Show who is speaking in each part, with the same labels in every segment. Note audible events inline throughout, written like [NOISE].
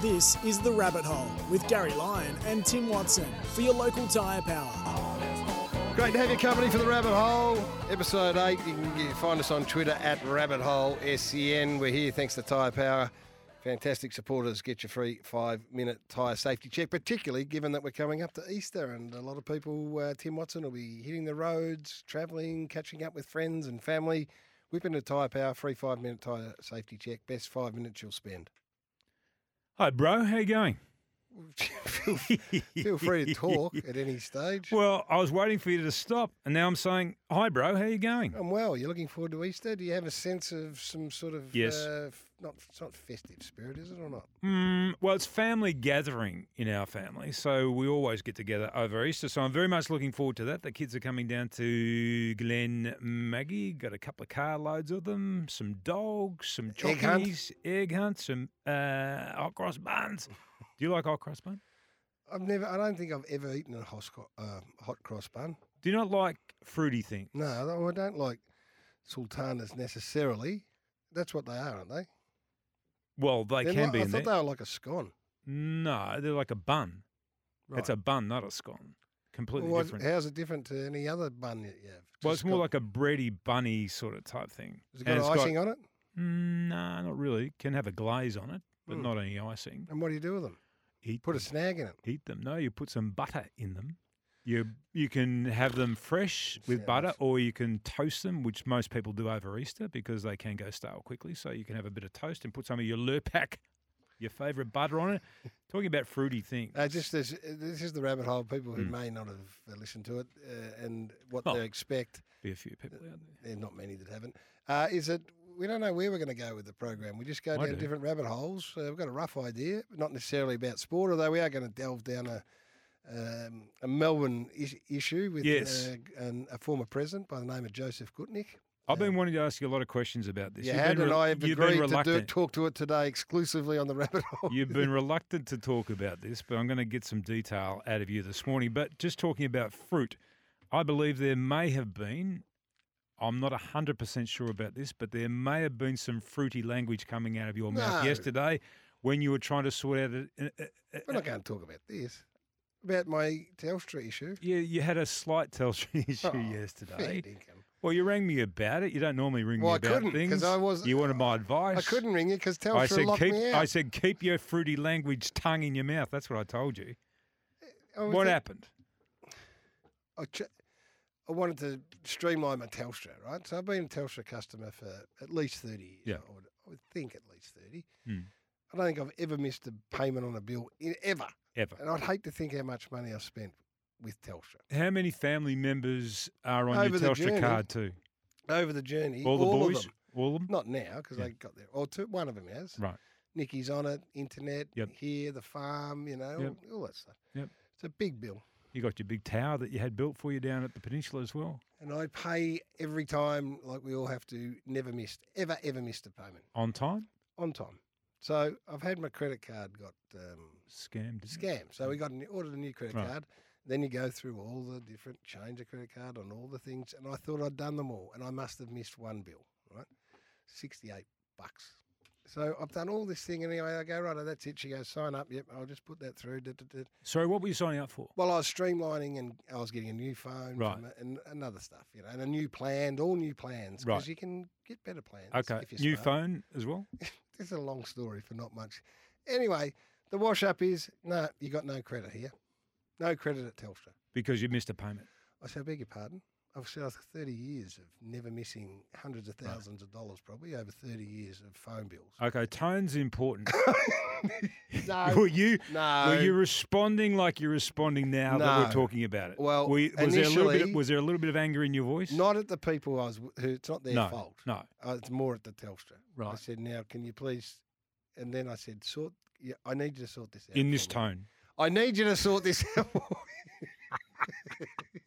Speaker 1: This is The Rabbit Hole with Gary Lyon and Tim Watson for your local tyre power.
Speaker 2: Great to have your company for the Rabbit Hole, episode eight. You can get, find us on Twitter at Rabbit Hole SEN. We're here thanks to Tyre Power. Fantastic supporters get your free five minute tyre safety check, particularly given that we're coming up to Easter and a lot of people, uh, Tim Watson, will be hitting the roads, travelling, catching up with friends and family. Whip into Tyre Power, free five minute tyre safety check, best five minutes you'll spend. [LAUGHS]
Speaker 3: Hi, bro. How you going?
Speaker 2: feel, [LAUGHS] feel free to talk at any stage.
Speaker 3: Well, I was waiting for you to stop, and now I'm saying, "Hi, bro. How you going?"
Speaker 2: I'm well. You're looking forward to Easter. Do you have a sense of some sort of
Speaker 3: Yes.
Speaker 2: Uh, f- not it's not festive spirit, is it or not?
Speaker 3: Mm, well, it's family gathering in our family, so we always get together over Easter. So I'm very much looking forward to that. The kids are coming down to Glen Maggie. Got a couple of carloads of them, some dogs, some
Speaker 2: E-, Egg hunt?
Speaker 3: chockies, egg hunt, some uh, hot
Speaker 2: [LAUGHS]
Speaker 3: cross buns. Do you like hot cross bun?
Speaker 2: I've never. I don't think I've ever eaten a hot, cro- uh, hot cross bun.
Speaker 3: Do you not like fruity things?
Speaker 2: No, I don't- I don't like sultanas necessarily. That's what they are, aren't they?
Speaker 3: Well, they
Speaker 2: They're
Speaker 3: can
Speaker 2: like-
Speaker 3: be
Speaker 2: I
Speaker 3: in
Speaker 2: thought
Speaker 3: there.
Speaker 2: they were like a scone.
Speaker 3: No, they're like a bun.
Speaker 2: Right.
Speaker 3: It's a bun, not a scone. Completely
Speaker 2: Well, why-
Speaker 3: different.
Speaker 2: how's it different to any other bun that you have?
Speaker 3: well,
Speaker 2: just
Speaker 3: it's more
Speaker 2: got-
Speaker 3: like a bready bunny sort of type thing.
Speaker 2: Has it got
Speaker 3: And it's
Speaker 2: icing on it?
Speaker 3: Mm, nah, not really. Can have a glaze on it, but
Speaker 2: Mm.
Speaker 3: not any icing.
Speaker 2: And what do you do with them?
Speaker 3: Eat
Speaker 2: Put a
Speaker 3: them.
Speaker 2: snag in it.
Speaker 3: Eat them. No, you put some butter in them. You you can have them fresh with
Speaker 2: Sounds-
Speaker 3: butter, or you can toast them, which most people do over Easter because they can go stale quickly. So you can have a bit of toast and put some of your Lurpak, your favourite butter
Speaker 2: [LAUGHS]
Speaker 3: on it. Talking about fruity things.
Speaker 2: Uh, just this, this is the rabbit hole. People who
Speaker 3: Mm.
Speaker 2: may not have uh, listened to it uh, and what
Speaker 3: Well.
Speaker 2: they expect.
Speaker 3: be a few
Speaker 2: uh,
Speaker 3: people out there.
Speaker 2: There's Eh, not many that haven't. Uh, is it? We don't know where we're going to go with the program. We just go
Speaker 3: I
Speaker 2: down
Speaker 3: do.
Speaker 2: different rabbit holes. Uh, we've got a rough idea, not necessarily about sport, although we are going to delve down a um, a Melbourne is- issue with
Speaker 3: Yes.
Speaker 2: uh, an, a former president by the name of Joseph Gutnick.
Speaker 3: I've
Speaker 2: Yeah.
Speaker 3: been wanting to ask you a lot of questions about this.
Speaker 2: Um, You
Speaker 3: You've
Speaker 2: had,
Speaker 3: been
Speaker 2: and
Speaker 3: re-
Speaker 2: I have
Speaker 3: you've been
Speaker 2: agreed to do,
Speaker 3: reluctant.
Speaker 2: talk to it today exclusively on the [LAUGHS] rabbit hole.
Speaker 3: You've been reluctant to talk about this, but I'm going to get some detail out of you this morning. But just talking about fruit, I believe there may have been, I'm not 100% sure about this, but there may have been some fruity language coming out of your mouth
Speaker 2: No.
Speaker 3: yesterday when you were trying to sort out. uh, A, a, a-
Speaker 2: we're not going to talk about this. About my Telstra issue.
Speaker 3: you, you had a slight Telstra [LAUGHS] issue
Speaker 2: Oh, Fair
Speaker 3: yesterday.
Speaker 2: dinkum.
Speaker 3: Well, you rang me about it. You don't normally ring
Speaker 2: Well, I
Speaker 3: me about
Speaker 2: couldn't, 'cause
Speaker 3: things.
Speaker 2: I was- Oh,
Speaker 3: you wanted my advice.
Speaker 2: I couldn't ring you because Telstra
Speaker 3: I said
Speaker 2: locked
Speaker 3: keep.
Speaker 2: me out.
Speaker 3: I said keep your fruity language tongue in your mouth. That's what I told you.
Speaker 2: I was
Speaker 3: What
Speaker 2: in-
Speaker 3: happened?
Speaker 2: I, ch- I wanted to streamline my Telstra, right? So I've been a Telstra customer for at least 30 years.
Speaker 3: Yeah.
Speaker 2: I would, I would think at least 30.
Speaker 3: Mm.
Speaker 2: I don't think I've ever missed a payment on a bill in, ever.
Speaker 3: Ever.
Speaker 2: And I'd hate to think how much money I've spent with Telstra
Speaker 3: How many family members are on
Speaker 2: Over the
Speaker 3: your Telstra
Speaker 2: journey,
Speaker 3: card too?
Speaker 2: over the journey.
Speaker 3: All the
Speaker 2: of
Speaker 3: boys?
Speaker 2: them.
Speaker 3: All of them?
Speaker 2: Not now, because
Speaker 3: Yeah.
Speaker 2: they got there. Or two, one of them has.
Speaker 3: Right.
Speaker 2: Nicky's on it, internet,
Speaker 3: Yep.
Speaker 2: here, the farm, you know,
Speaker 3: Yep.
Speaker 2: all, all that stuff.
Speaker 3: Yep.
Speaker 2: It's a big bill.
Speaker 3: You got your big tower that you had built for you down at the peninsula as well
Speaker 2: And I pay every time, like we all have to, never missed, ever, ever missed a payment.
Speaker 3: on time?
Speaker 2: on time. So I've had my credit card got um,
Speaker 3: Scammed. didn't you?
Speaker 2: scammed. So we got an, ordered a new credit
Speaker 3: Mm. Right.
Speaker 2: card. Then you go through all the different change of credit card on all the things, and I thought I'd done them all, and I must have missed one bill, right? Sixty-eight bucks. So I've done all this thing anyway. I go right, oh, that's it. She goes, sign up. Yep, I'll just put that through. duh, duh, duh."
Speaker 3: Sorry, what were you signing up for?
Speaker 2: Well, I was streamlining, and I was getting a new phone,
Speaker 3: Right.
Speaker 2: from a- and another stuff, you know, and a new plan, all new plans, because
Speaker 3: Right.
Speaker 2: you can get better plans.
Speaker 3: Okay.
Speaker 2: if you're
Speaker 3: New
Speaker 2: smart
Speaker 3: phone as well?
Speaker 2: this is a long story for not much. Anyway, the wash up is no, you got no credit here. No credit at Telstra.
Speaker 3: Because you missed a payment.
Speaker 2: I said, I beg your pardon. obviously after 30 years of never missing hundreds of thousands of dollars, probably over 30 years of phone bills.
Speaker 3: Okay, tone's important.
Speaker 2: [LAUGHS] No,
Speaker 3: [LAUGHS] were you
Speaker 2: no.
Speaker 3: were you responding like you're responding now that we're
Speaker 2: No.
Speaker 3: talking about it?
Speaker 2: Well,
Speaker 3: Were you- was there a little bit
Speaker 2: initially-
Speaker 3: of, was there a little bit of anger in your voice?
Speaker 2: not at the people I was. w- Who it's not their
Speaker 3: no,
Speaker 2: fault.
Speaker 3: no.
Speaker 2: Uh, it's more at the Telstra. I
Speaker 3: Right.
Speaker 2: said, now can you please? And then I said, sort. Yeah, I need you to sort this out.
Speaker 3: In this
Speaker 2: for me.
Speaker 3: tone,
Speaker 2: I need you to sort this [LAUGHS] out. for me." [LAUGHS]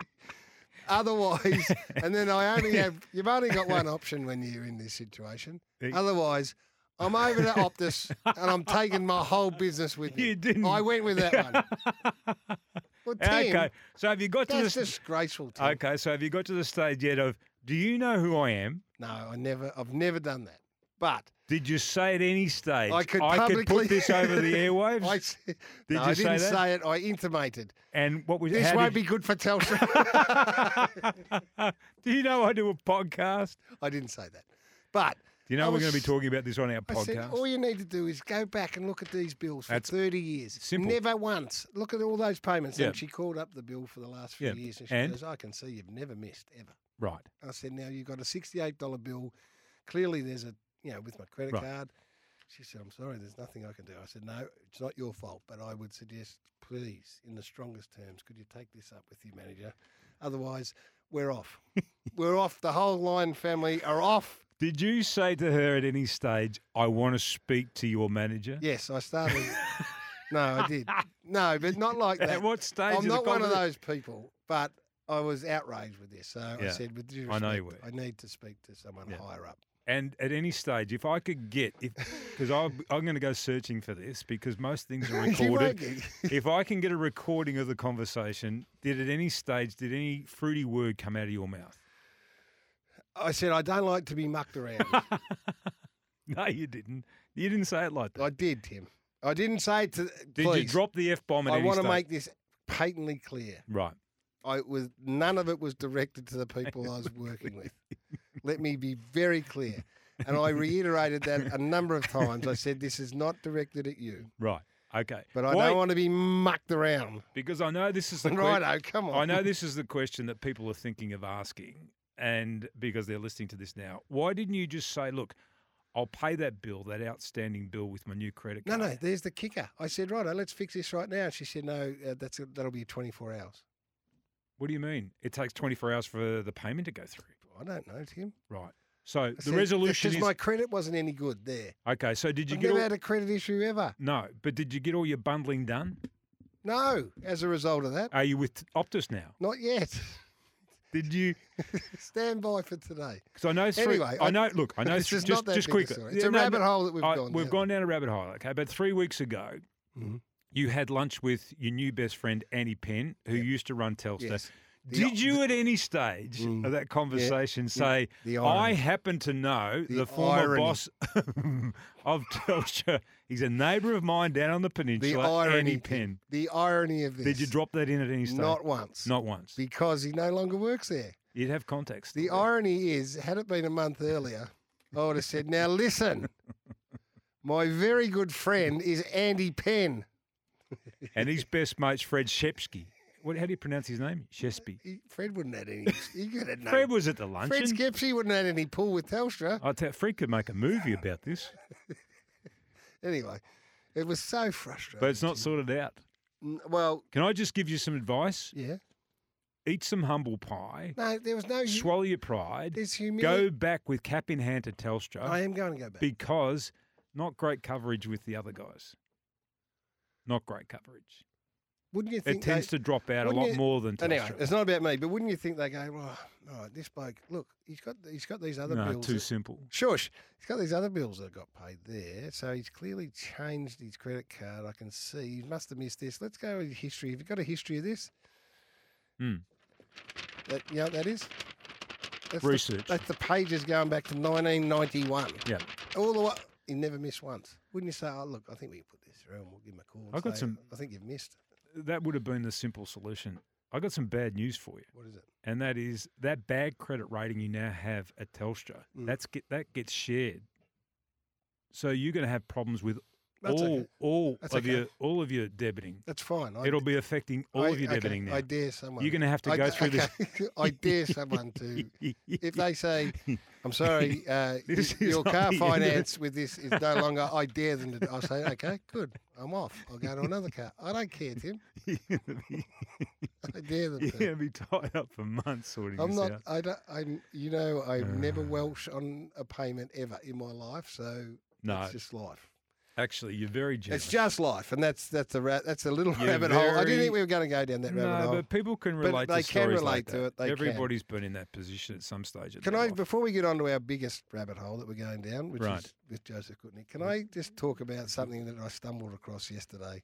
Speaker 2: Otherwise, and then I only have you've only got one option when you're in this situation.
Speaker 3: Hey.
Speaker 2: Otherwise, I'm over to Optus and I'm taking my whole business with me.
Speaker 3: You didn't.
Speaker 2: I went with that one.
Speaker 3: [LAUGHS]
Speaker 2: Well, Tim,
Speaker 3: okay. So have you got to
Speaker 2: that's
Speaker 3: this?
Speaker 2: disgraceful. Tim.
Speaker 3: Okay, so have you got to the stage yet of do you know who I am?
Speaker 2: No, I never. I've never done that. But
Speaker 3: Did you say at any stage
Speaker 2: I could publicly-
Speaker 3: put this over
Speaker 2: [LAUGHS]
Speaker 3: the airwaves?
Speaker 2: I, s-
Speaker 3: Did
Speaker 2: no,
Speaker 3: you
Speaker 2: I
Speaker 3: say
Speaker 2: didn't
Speaker 3: that?
Speaker 2: say it. I intimated.
Speaker 3: and what was
Speaker 2: This
Speaker 3: how
Speaker 2: won't
Speaker 3: did-
Speaker 2: be good for Telstra.
Speaker 3: [LAUGHS] do you know I do a podcast?
Speaker 2: I didn't say that. But
Speaker 3: Do you know
Speaker 2: I
Speaker 3: we're going to be
Speaker 2: was-
Speaker 3: talking about this on our
Speaker 2: I said, "Oh,
Speaker 3: podcast?
Speaker 2: all you need to do is go back and look at these bills for
Speaker 3: That's
Speaker 2: 30 years.
Speaker 3: simple.
Speaker 2: Never once. Look at all those payments.
Speaker 3: Yeah.
Speaker 2: And she called up the bill for the last few
Speaker 3: Yeah,
Speaker 2: years and she
Speaker 3: and?
Speaker 2: goes, I can see you've never missed ever.
Speaker 3: right.
Speaker 2: I said, now you've got a $68 bill. Clearly there's a, you know, with my credit
Speaker 3: Right.
Speaker 2: card. She said, I'm sorry, there's nothing I can do. I said, no, it's not your fault, but I would suggest, please, in the strongest terms, could you take this up with your manager? Otherwise, we're
Speaker 3: [LAUGHS]
Speaker 2: off. we're off. The whole Lion family are off.
Speaker 3: Did you say to her at any stage, I want to speak to your manager?
Speaker 2: Yes, I started. no, I did. No, but not like that.
Speaker 3: [LAUGHS] At what stage?
Speaker 2: I'm
Speaker 3: the
Speaker 2: not one of
Speaker 3: conversa-
Speaker 2: those people, but I was outraged with this. So I
Speaker 3: Yeah.
Speaker 2: said, with due
Speaker 3: I
Speaker 2: respect,
Speaker 3: know
Speaker 2: I,
Speaker 3: you
Speaker 2: need to speak to someone
Speaker 3: Yeah.
Speaker 2: higher up.
Speaker 3: And at any stage, if I could get,
Speaker 2: [LAUGHS]
Speaker 3: if because I'm, I'm going to go searching for this because most things
Speaker 2: [LAUGHS]
Speaker 3: are
Speaker 2: You won't
Speaker 3: recorded.
Speaker 2: get-
Speaker 3: if I can get a recording of the conversation, did at any stage, did any fruity word come out of your mouth? [LAUGHS]
Speaker 2: I said, I don't like to be mucked around.
Speaker 3: [LAUGHS] No, you didn't. You didn't say it like that.
Speaker 2: I did, Tim. I didn't say it to.
Speaker 3: Did you
Speaker 2: please,
Speaker 3: drop the f bomb? at
Speaker 2: I
Speaker 3: any
Speaker 2: want to
Speaker 3: stage?
Speaker 2: make this patently clear.
Speaker 3: right.
Speaker 2: I it was none of it was directed to the people I was working
Speaker 3: [LAUGHS]
Speaker 2: with. Let me be very clear. And I reiterated that a number of times. I said, this is not directed at you.
Speaker 3: Right. Okay.
Speaker 2: But I
Speaker 3: Why-
Speaker 2: don't want to be mucked around.
Speaker 3: because I know this is
Speaker 2: [LAUGHS]
Speaker 3: the que-
Speaker 2: Righto, come on.
Speaker 3: I know this is the question that people are thinking of asking, and because they're listening to this now, why didn't you just say, "Look, I'll pay that bill, that outstanding bill, with my new credit
Speaker 2: No,
Speaker 3: card"?
Speaker 2: no, there's the kicker. I said, righto, let's fix this right now. She said, no, uh, that's that'll be 24 hours.
Speaker 3: What do you mean? It takes 24 hours for the payment to go through,
Speaker 2: I don't know, Tim.
Speaker 3: right? So
Speaker 2: I
Speaker 3: the
Speaker 2: said,
Speaker 3: resolution
Speaker 2: because
Speaker 3: is
Speaker 2: my credit wasn't any good there.
Speaker 3: okay. So did you
Speaker 2: I've
Speaker 3: get
Speaker 2: never
Speaker 3: all,
Speaker 2: had a credit issue ever.
Speaker 3: no? But did you get all your bundling done?
Speaker 2: No, as a result of that,
Speaker 3: Are you with Optus now?
Speaker 2: not yet. [LAUGHS]
Speaker 3: Did you?
Speaker 2: Stand by for today.
Speaker 3: Because I know three.
Speaker 2: Anyway,
Speaker 3: I
Speaker 2: I-
Speaker 3: know. Look, I know.
Speaker 2: This
Speaker 3: three-
Speaker 2: is not
Speaker 3: just
Speaker 2: that
Speaker 3: just
Speaker 2: big a
Speaker 3: quickly.
Speaker 2: story. It's a rabbit
Speaker 3: but
Speaker 2: hole that we've
Speaker 3: I-
Speaker 2: gone
Speaker 3: We've
Speaker 2: down.
Speaker 3: gone down a rabbit hole. Okay, but three weeks ago,
Speaker 2: Mhm.
Speaker 3: you had lunch with your new best friend Annie Penn, who used to run Telstra.
Speaker 2: Yes. The-
Speaker 3: Did you at any stage
Speaker 2: Mm.
Speaker 3: of that conversation say,
Speaker 2: The
Speaker 3: I
Speaker 2: irony.
Speaker 3: happen to know the,
Speaker 2: The
Speaker 3: former
Speaker 2: irony.
Speaker 3: boss [LAUGHS] of Telstra? He's a neighbour of mine down on the
Speaker 2: The
Speaker 3: peninsula,
Speaker 2: irony.
Speaker 3: Annie
Speaker 2: Tim.
Speaker 3: Penn.
Speaker 2: The irony of this.
Speaker 3: Did you drop that in at any stage?
Speaker 2: Not once.
Speaker 3: Not once.
Speaker 2: Because he no longer works there.
Speaker 3: You'd have context.
Speaker 2: The irony is, had it been a month earlier, I would have said, now listen, my very good friend is Andy Penn.
Speaker 3: and his best mate's Fred Shepsky. What, how do you pronounce his name? Shespy.
Speaker 2: He, Fred wouldn't have any. He could have known.
Speaker 3: Fred was at the
Speaker 2: Fred
Speaker 3: luncheon.
Speaker 2: Skepsi wouldn't have had any pull with Telstra.
Speaker 3: I tell, Fred could make a movie about this,
Speaker 2: Anyway, it was so frustrating.
Speaker 3: but it's not sorted out.
Speaker 2: N- Well,
Speaker 3: Can I just give you some advice?
Speaker 2: yeah.
Speaker 3: Eat some humble pie,
Speaker 2: No, there was no. hu-
Speaker 3: swallow your pride,
Speaker 2: There's humility.
Speaker 3: go back with cap in hand to Telstra
Speaker 2: I am going to go back.
Speaker 3: because not great coverage with the other guys. Not great coverage.
Speaker 2: wouldn't you
Speaker 3: It
Speaker 2: think?
Speaker 3: tends
Speaker 2: they,
Speaker 3: to drop out a
Speaker 2: wouldn't
Speaker 3: lot
Speaker 2: you-
Speaker 3: more than
Speaker 2: anyway,
Speaker 3: Telstra.
Speaker 2: it's not about me, but wouldn't you think they go, well, all right, this bloke, look, he's got he's got these other
Speaker 3: no,
Speaker 2: bills.
Speaker 3: too
Speaker 2: that-
Speaker 3: simple.
Speaker 2: Shush. He's got these other bills that got paid there, so he's clearly changed his credit card. I can see he must have missed this. Let's go with history. Have you got a history of this?
Speaker 3: Hmm.
Speaker 2: That you know what that is. That's
Speaker 3: Research.
Speaker 2: The, that's the pages going back to 1991.
Speaker 3: Yeah.
Speaker 2: All the way. He never missed once. Wouldn't you say, oh, look, I think we can put this through and we'll give him a call. and
Speaker 3: I've got
Speaker 2: say,
Speaker 3: some-
Speaker 2: I think you've missed.
Speaker 3: That would have been the simple solution. I got some bad news for you.
Speaker 2: What is it?
Speaker 3: and that is that bad credit rating you now have at Telstra.
Speaker 2: Mm.
Speaker 3: That's get that gets shared. So you're going to have problems with
Speaker 2: That's
Speaker 3: all
Speaker 2: okay.
Speaker 3: all
Speaker 2: That's
Speaker 3: of
Speaker 2: okay.
Speaker 3: your all of your debiting.
Speaker 2: That's fine. I,
Speaker 3: It'll be affecting all
Speaker 2: I-
Speaker 3: of your
Speaker 2: okay,
Speaker 3: debiting now.
Speaker 2: I dare someone.
Speaker 3: You're going to have to
Speaker 2: I
Speaker 3: go
Speaker 2: d-
Speaker 3: through
Speaker 2: okay. [LAUGHS] I dare someone
Speaker 3: [LAUGHS]
Speaker 2: to.
Speaker 3: this.
Speaker 2: If they
Speaker 3: [LAUGHS]
Speaker 2: say, "I'm sorry, uh, y-
Speaker 3: This is
Speaker 2: your
Speaker 3: not
Speaker 2: car
Speaker 3: the end of it.
Speaker 2: finance with this is no longer," I dare them to. I say, "Okay, good. I'm off. I'll go to another car. I don't care, Tim. [LAUGHS]
Speaker 3: You're gonna [LAUGHS] be-
Speaker 2: I dare
Speaker 3: [LAUGHS]
Speaker 2: them
Speaker 3: you're
Speaker 2: to."
Speaker 3: going to be tied up for months sorting
Speaker 2: I'm
Speaker 3: this
Speaker 2: not.
Speaker 3: out.
Speaker 2: I don't. I'm. You know, I'm never
Speaker 3: Uh.
Speaker 2: Welsh on a payment ever in my life. So
Speaker 3: No,
Speaker 2: it's just life.
Speaker 3: actually, you're very generous.
Speaker 2: It's just life, and that's that's a ra- that's a little
Speaker 3: You're
Speaker 2: rabbit hole. I didn't
Speaker 3: very-
Speaker 2: think we were going to go down that rabbit
Speaker 3: no,
Speaker 2: hole.
Speaker 3: but people can
Speaker 2: But
Speaker 3: relate
Speaker 2: they
Speaker 3: to
Speaker 2: can
Speaker 3: stories
Speaker 2: relate
Speaker 3: like
Speaker 2: to
Speaker 3: that.
Speaker 2: it, they can.
Speaker 3: Everybody's been in that position at some stage. Of
Speaker 2: Can
Speaker 3: their
Speaker 2: I,
Speaker 3: life.
Speaker 2: before we get on to our biggest rabbit hole that we're going down, which
Speaker 3: Right.
Speaker 2: is with Joseph Kutnick, can I just talk about something that I stumbled across yesterday?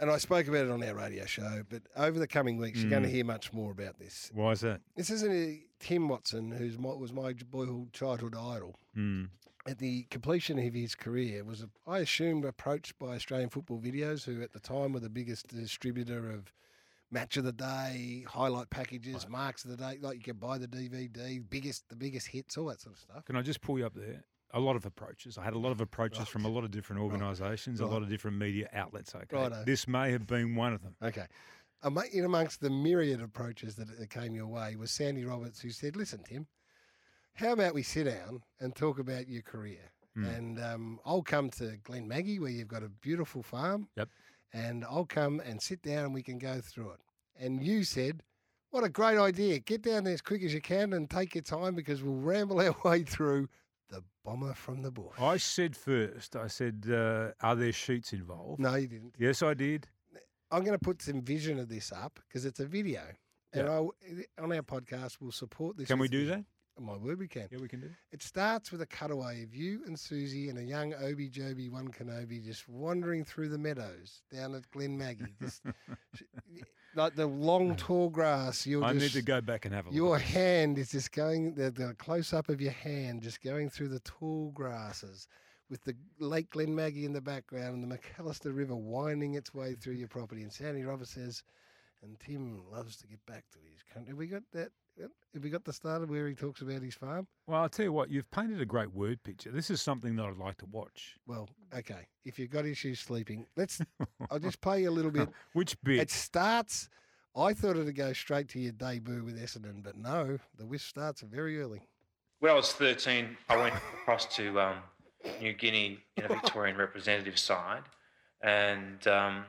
Speaker 2: And I spoke about it on our radio show, but over the coming weeks, you're going to hear much more about this.
Speaker 3: Why is that?
Speaker 2: This is a Tim Watson, who was my boyhood childhood idol.
Speaker 3: Mm.
Speaker 2: At the completion of his career, was I assume approached by Australian Football Videos, who at the time were the biggest distributor of match of the day, highlight packages, marks of the day. Like you could buy the DVD, biggest, the biggest hits, all that sort of stuff.
Speaker 3: Can I just pull you up there? A lot of approaches. I had a lot of approaches from a lot of different organisations, a lot of different media outlets. Okay,
Speaker 2: Righto.
Speaker 3: this may have been one of them.
Speaker 2: Okay. Ama- In amongst the myriad approaches that that came your way was Sandy Roberts, who said, "Listen, Tim, how about we sit down and talk about your career?
Speaker 3: Hmm.
Speaker 2: And um, I'll come to Glen Maggie, where you've got a beautiful farm.
Speaker 3: Yep.
Speaker 2: And I'll come and sit down, and we can go through it." And you said, "What a great idea! Get down there as quick as you can and take your time because we'll ramble our [LAUGHS] way through the bomber from the bush."
Speaker 3: I said first. I said, uh, "Are there sheets involved?"
Speaker 2: no, you didn't.
Speaker 3: Yes, I did.
Speaker 2: I'm going to put some vision of this up because it's a video. And I, on our podcast, we'll support this.
Speaker 3: Can we
Speaker 2: with
Speaker 3: do
Speaker 2: vision.
Speaker 3: that?
Speaker 2: My word, we can.
Speaker 3: Yeah, we can do. it.
Speaker 2: It starts with a cutaway of you and Susie and a young Obi Joby One Kenobi just wandering through the meadows down at Glen Maggie.
Speaker 3: [LAUGHS]
Speaker 2: Just like the long, tall grass. You're
Speaker 3: I
Speaker 2: just,
Speaker 3: need to go back and have a
Speaker 2: your
Speaker 3: look.
Speaker 2: hand is just going, the, the close up of your hand just going through the tall grasses with the Lake Glenmaggie in the background and the McAllister River winding its way through your property. And Sandy Roberts says, and Tim loves to get back to his country. Have we got that? uh, Have we got the start of where he talks about his farm?
Speaker 3: Well, I'll tell you what. You've painted a great word picture. This is something that I'd like to watch.
Speaker 2: Well, okay. If you've got issues sleeping, let's. I'll just play you a little bit.
Speaker 3: Which bit?
Speaker 2: It starts. I thought it'd go straight to your debut with Essendon, but no, the whiff starts very early.
Speaker 4: When I was 13, I went across to um, New Guinea in a Victorian representative side, and um,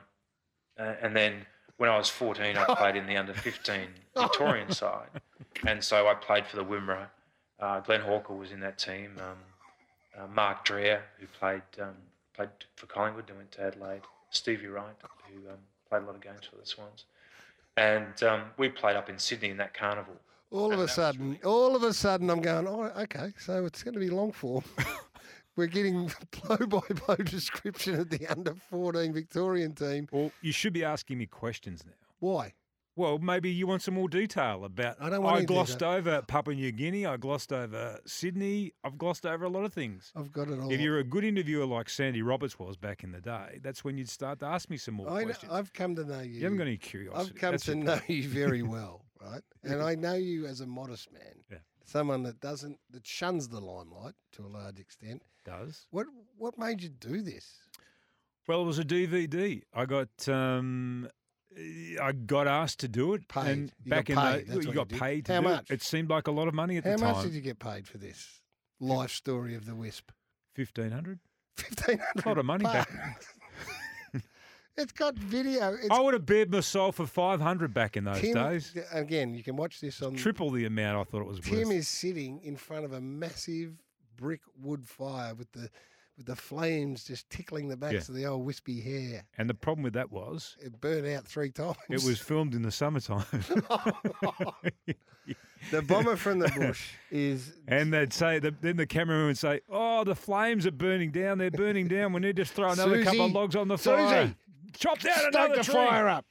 Speaker 4: uh, and then when I was 14, I played in the under 15 Victorian side, and so I played for the Wimmera. Uh, Glenn Hawker was in that team. Um, uh, Mark Dreer, who played um, played for Collingwood and went to Adelaide. Stevie Wright, who um, played a lot of games for the Swans, and um, we played up in Sydney in that carnival.
Speaker 2: All of
Speaker 4: And
Speaker 2: a
Speaker 4: that was
Speaker 2: sudden, all of a sudden, I'm going, oh, okay, so it's going to be long
Speaker 3: [LAUGHS]
Speaker 2: form. We're getting blow by blow description of the under 14 Victorian team.
Speaker 3: Well, you should be asking me questions now.
Speaker 2: Why?
Speaker 3: Well, maybe you want some more detail about.
Speaker 2: I don't want any
Speaker 3: glossed
Speaker 2: detail.
Speaker 3: over Papua New Guinea. I glossed over Sydney. I've glossed over a lot of things.
Speaker 2: I've got it all.
Speaker 3: If you're a good interviewer like Sandy Roberts was back in the day, that's when you'd start to ask me some more
Speaker 2: I,
Speaker 3: questions.
Speaker 2: have come to know you.
Speaker 3: you haven't got any curiosity.
Speaker 2: I've come
Speaker 3: That's
Speaker 2: to
Speaker 3: your
Speaker 2: know
Speaker 3: problem.
Speaker 2: you
Speaker 3: [LAUGHS]
Speaker 2: very well, right? And I know you as a modest man,
Speaker 3: Yeah.
Speaker 2: someone that doesn't, that shuns the limelight to a large extent.
Speaker 3: Does
Speaker 2: What, what made you do this?
Speaker 3: well, it was a DVD. I got. Um, I got asked to do it,
Speaker 2: Paid.
Speaker 3: and
Speaker 2: You got
Speaker 3: back in
Speaker 2: paid,
Speaker 3: the
Speaker 2: that's what
Speaker 3: you
Speaker 2: you
Speaker 3: got
Speaker 2: did.
Speaker 3: paid. To
Speaker 2: How
Speaker 3: do it.
Speaker 2: much?
Speaker 3: It. seemed like a lot of money at
Speaker 2: How
Speaker 3: the
Speaker 2: much
Speaker 3: time.
Speaker 2: did you get paid for this life story of the Wisp?
Speaker 3: Fifteen hundred.
Speaker 2: 1500
Speaker 3: A lot of money back.
Speaker 2: bucks. [LAUGHS] it's got video. It's
Speaker 3: I would have bared myself for five hundred back in Oh, those
Speaker 2: Tim,
Speaker 3: days.
Speaker 2: Again, you can watch this on.
Speaker 3: Triple the amount I thought it was worth.
Speaker 2: Tim is sitting in front of a massive brick wood fire with the with the flames just tickling the backs of the old wispy hair.
Speaker 3: And the problem with that was
Speaker 2: It burnt out three times.
Speaker 3: it was filmed in
Speaker 2: [LAUGHS]
Speaker 3: the summertime.
Speaker 2: the bomber from the bush
Speaker 3: [LAUGHS]
Speaker 2: is
Speaker 3: and they'd say, the, then the cameraman would say, Oh, the flames are burning down. They're burning down. We need to throw another couple of
Speaker 2: Susie,
Speaker 3: logs on the
Speaker 2: Susie,
Speaker 3: fire. Chop down another Uh.
Speaker 2: stoke the
Speaker 3: tree.
Speaker 2: fire up.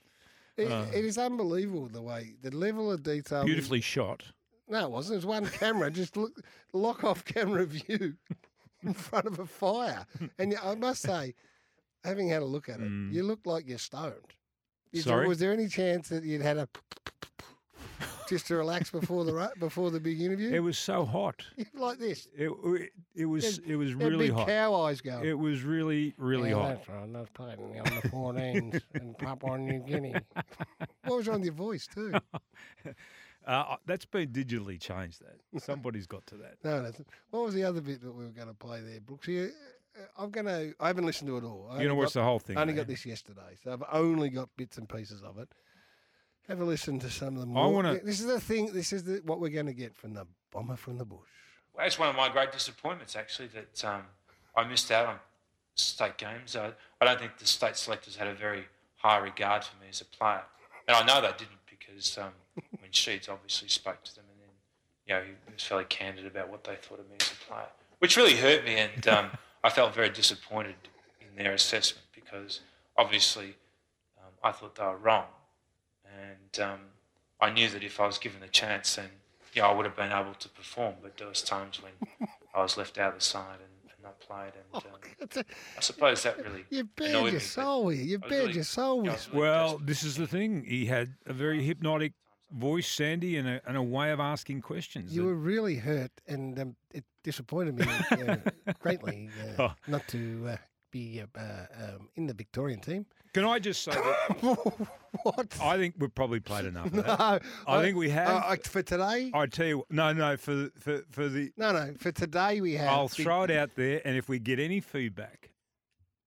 Speaker 2: It, it is unbelievable the way the level of detail.
Speaker 3: Beautifully shot.
Speaker 2: No, it wasn't. It was one camera. Just look, lock off camera view in front of a fire. And you- I must say, having had a look at it, you look like you're stoned. Is there-
Speaker 3: Mm. Sorry?
Speaker 2: was there any chance that you'd had a just to relax before the ru- before the big interview?
Speaker 3: It was so hot.
Speaker 2: [LAUGHS] like this.
Speaker 3: It it, it was it was
Speaker 2: They're
Speaker 3: really
Speaker 2: big
Speaker 3: hot.
Speaker 2: cow eyes going.
Speaker 3: It was really really
Speaker 5: yeah,
Speaker 3: hot.
Speaker 5: That's right. That's playing on the 14s in Papua New
Speaker 3: [LAUGHS]
Speaker 5: Guinea.
Speaker 2: What was wrong with your voice too?
Speaker 3: Uh, that's been digitally changed. That somebody's got to that.
Speaker 2: No, that's, what was the other bit that we were going to play there, Brooks? You, I'm going to. I haven't listened to it all. I
Speaker 3: You
Speaker 2: only
Speaker 3: know,
Speaker 2: got,
Speaker 3: watch the whole thing.
Speaker 2: I only
Speaker 3: eh?
Speaker 2: got this yesterday, so I've only got bits and pieces of it. Have a listen to some of them.
Speaker 3: I wanna-
Speaker 2: This is the thing. This is the, what we're going to get from the bomber from the bush. [LAUGHS]
Speaker 4: That's one of my great disappointments, actually, that um, I missed out on state games. I, I don't think the state selectors had a very high regard for me as a player. And I know they didn't because um, when Sheeds obviously spoke to them and then, you know, he was fairly candid about what they thought of me as a player, which really hurt me. And um, I felt very disappointed in their assessment because obviously um, I thought they were wrong. And um, I knew that if I was given the chance, then yeah, I would have been able to perform. But there was times when I was left out of the side and, and not played. And um,
Speaker 2: That's a,
Speaker 4: I suppose that really
Speaker 2: you
Speaker 4: annoyed
Speaker 2: bared
Speaker 4: me,
Speaker 2: your
Speaker 4: but
Speaker 2: soul with. You
Speaker 4: I was
Speaker 2: bared
Speaker 4: really-
Speaker 2: your soul
Speaker 4: yeah,
Speaker 2: with.
Speaker 4: I was really
Speaker 3: Well,
Speaker 4: desperate.
Speaker 3: this is the thing. He had a very hypnotic voice, Sandy, and a, and a way of asking questions.
Speaker 2: You
Speaker 3: that-
Speaker 2: were really hurt, and um, it disappointed me
Speaker 3: [LAUGHS]
Speaker 2: uh, greatly uh,
Speaker 3: Oh.
Speaker 2: not to uh, be uh, uh, um, in the Victorian
Speaker 3: [LAUGHS]
Speaker 2: team. [LAUGHS]
Speaker 3: Can I just say that
Speaker 2: what?
Speaker 3: I think we've probably played enough of that.
Speaker 2: [LAUGHS] No,
Speaker 3: I think we have.
Speaker 2: I- I- for today.
Speaker 3: I tell you, no, no, for the- for for the.
Speaker 2: no, no. For today, we have.
Speaker 3: I'll
Speaker 2: big-
Speaker 3: throw it out there, and if we get any feedback,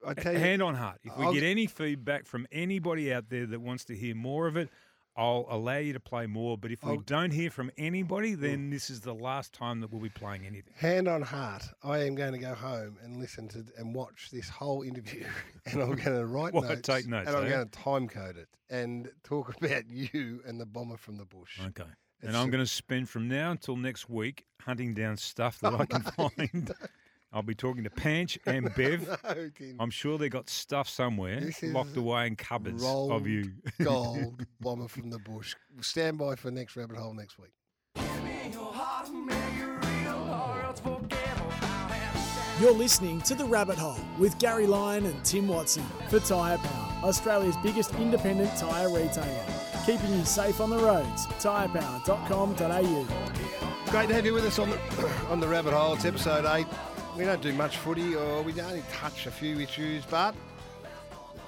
Speaker 2: I tell you,
Speaker 3: hand on heart, if we
Speaker 2: I'll-
Speaker 3: get any feedback from anybody out there that wants to hear more of it, I'll allow you to play more. But if we
Speaker 2: I'll-
Speaker 3: don't hear from anybody, then this is the last time that we'll be playing anything.
Speaker 2: hand on heart, I am going to go home and listen to and watch this whole interview, [LAUGHS] and I'm going to write
Speaker 3: Well,
Speaker 2: notes,
Speaker 3: take notes,
Speaker 2: and I'm
Speaker 3: eh?
Speaker 2: going to time code it and talk [LAUGHS] about you and the bomber from the bush.
Speaker 3: Okay.
Speaker 2: It's
Speaker 3: and I'm
Speaker 2: a-
Speaker 3: going to spend from now until next week hunting down stuff
Speaker 2: Oh
Speaker 3: that I
Speaker 2: [LAUGHS]
Speaker 3: can find. I'll be talking to Panch and Bev.
Speaker 2: No, Tim.
Speaker 3: I'm sure they got stuff somewhere
Speaker 2: This is
Speaker 3: locked away in cupboards
Speaker 2: rolled
Speaker 3: of you. [LAUGHS]
Speaker 2: gold bomber from the bush. Stand by for next rabbit hole next week.
Speaker 1: You're listening to The Rabbit Hole with Gary Lyon and Tim Watson for Tyre Power, Australia's biggest independent tyre retailer. Keeping you safe on the roads, tyrepower.com.au.
Speaker 2: Great to have you with us on the [COUGHS] on the rabbit hole. It's episode eight. We don't do much footy, or we only touch a few issues. But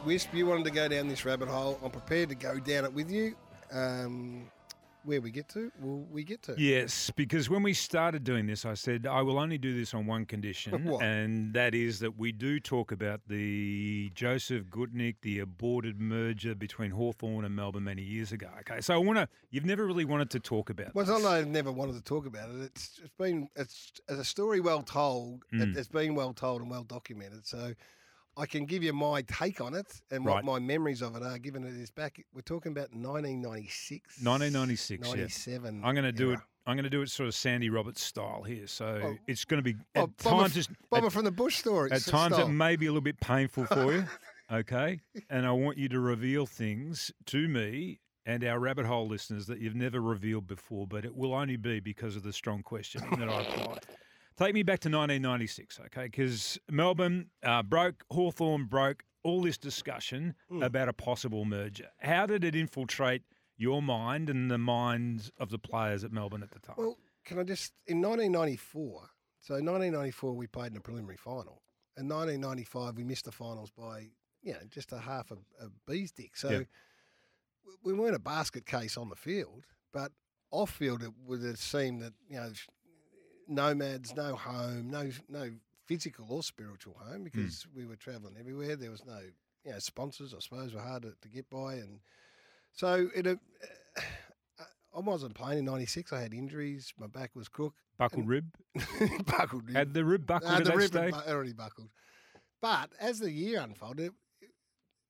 Speaker 2: Wisp, you wanted to go down this rabbit hole. I'm prepared to go down it with you. Um, where we get to, will we get to?
Speaker 3: yes, because when we started doing this, I said, I will only do this on
Speaker 2: [LAUGHS]
Speaker 3: one condition.
Speaker 2: What?
Speaker 3: And that is that we do talk about the Joseph Goodnick, the aborted merger between Hawthorn and Melbourne many years ago. Okay. So I want to, you've never really wanted to talk about
Speaker 2: Well, it's not
Speaker 3: this.
Speaker 2: that I've never wanted to talk about it. It's, it's been it's, it's a story well told.
Speaker 3: Mm.
Speaker 2: It, it's been well told and well documented. So I can give you my take on it and what
Speaker 3: Right.
Speaker 2: my memories of it are. Given it is back, we're talking about 1996,
Speaker 3: 1996, yeah.
Speaker 2: 97.
Speaker 3: I'm going to do
Speaker 2: era.
Speaker 3: it. I'm going to do it sort of Sandy Roberts style here. So
Speaker 2: Oh.
Speaker 3: it's going to be
Speaker 2: Oh,
Speaker 3: at
Speaker 2: Bomber,
Speaker 3: times, it's-
Speaker 2: Bomber
Speaker 3: at,
Speaker 2: from the Bush story.
Speaker 3: at
Speaker 2: s-
Speaker 3: times
Speaker 2: style.
Speaker 3: it may be a little bit painful for
Speaker 2: [LAUGHS]
Speaker 3: you. Okay, and I want you to reveal things to me and our rabbit hole listeners that you've never revealed before. But it will only be because of the strong questioning that I applied. Take me back to 1996, okay? Because Melbourne uh, broke, Hawthorn broke, all this discussion
Speaker 2: Hmm.
Speaker 3: about a possible merger. How did it infiltrate your mind and the minds of the players at Melbourne at the time?
Speaker 2: Well, can I just in 1994? So 1994 we played in a preliminary final, and 1995 we missed the finals by you know just a half a, a bee's dick. So
Speaker 3: Yeah.
Speaker 2: we- we weren't a basket case on the field, but off field it would have seemed that you know sh- nomads, no home, no no physical or spiritual home because
Speaker 3: Hmm.
Speaker 2: we were travelling everywhere. There was no you know sponsors, I suppose, were hard to, to get by, and so it. Uh, I wasn't playing in '96. I had injuries. My back was crook. [LAUGHS]
Speaker 3: buckled rib?
Speaker 2: buckled.
Speaker 3: Had the rib buckled
Speaker 2: Uh,
Speaker 3: at
Speaker 2: the
Speaker 3: that
Speaker 2: rib
Speaker 3: stage?
Speaker 2: uh, had bu- already buckled. But as the year unfolded, it-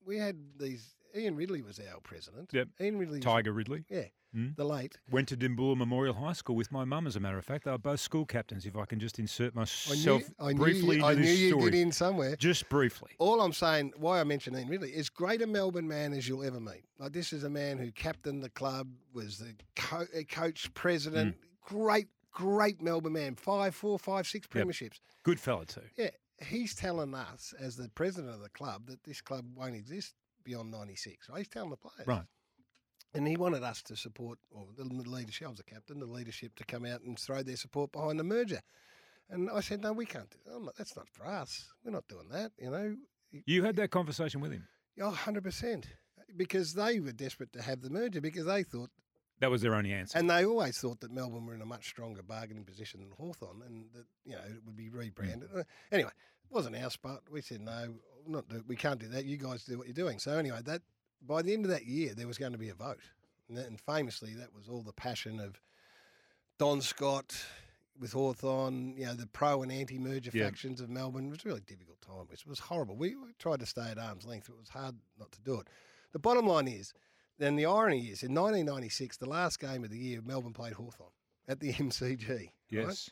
Speaker 2: we had these. Ian Ridley was our president.
Speaker 3: Yep.
Speaker 2: Ian Ridley. was-
Speaker 3: Tiger Ridley.
Speaker 2: Yeah.
Speaker 3: Mm.
Speaker 2: The late.
Speaker 3: Went to Dimboola Memorial High School with my mum, as a matter of fact. They were both school captains, if I can just insert myself
Speaker 2: I knew.
Speaker 3: briefly
Speaker 2: you,
Speaker 3: into
Speaker 2: I knew
Speaker 3: this
Speaker 2: you'd
Speaker 3: story.
Speaker 2: get in somewhere.
Speaker 3: Just briefly.
Speaker 2: All I'm saying, why I mention Ian Ridley, is great a Melbourne man as you'll ever meet. Like this is a man who captained the club, was the co- uh, coach, president.
Speaker 3: Mm.
Speaker 2: Great, great Melbourne man. Five, four, five, six premierships.
Speaker 3: Good fella, too.
Speaker 2: Yeah, he's telling us as the president of the club that this club won't exist beyond '96. Right? He's telling the players.
Speaker 3: Right.
Speaker 2: And he wanted us to support, or the leadership, I was the captain, the leadership to come out and throw their support behind the merger. And I said, no, we can't do that. I'm not, that's not for us. We're not doing that, you know.
Speaker 3: You had that conversation with him.
Speaker 2: Yeah, 100%. Because they were desperate to have the merger because they thought
Speaker 3: That was their only answer.
Speaker 2: and they always thought that Melbourne were in a much stronger bargaining position than Hawthorn, and that, you know, it would be rebranded. Uh, Anyway, it wasn't our spot. We said, no, not do, we can't do that. You guys do what you're doing. So anyway, that by the end of that year, there was going to be a vote. And, that- and famously, that was all the passion of Don Scott with Hawthorn, you know, the pro and anti-merger
Speaker 3: Yeah.
Speaker 2: factions of Melbourne. It was a really difficult time. It was horrible. We, we tried to stay at arm's length. It was hard not to do it. The bottom line is, then the irony is, in 1996, the last game of the year, Melbourne played Hawthorn at the [LAUGHS] MCG. right?
Speaker 3: yes.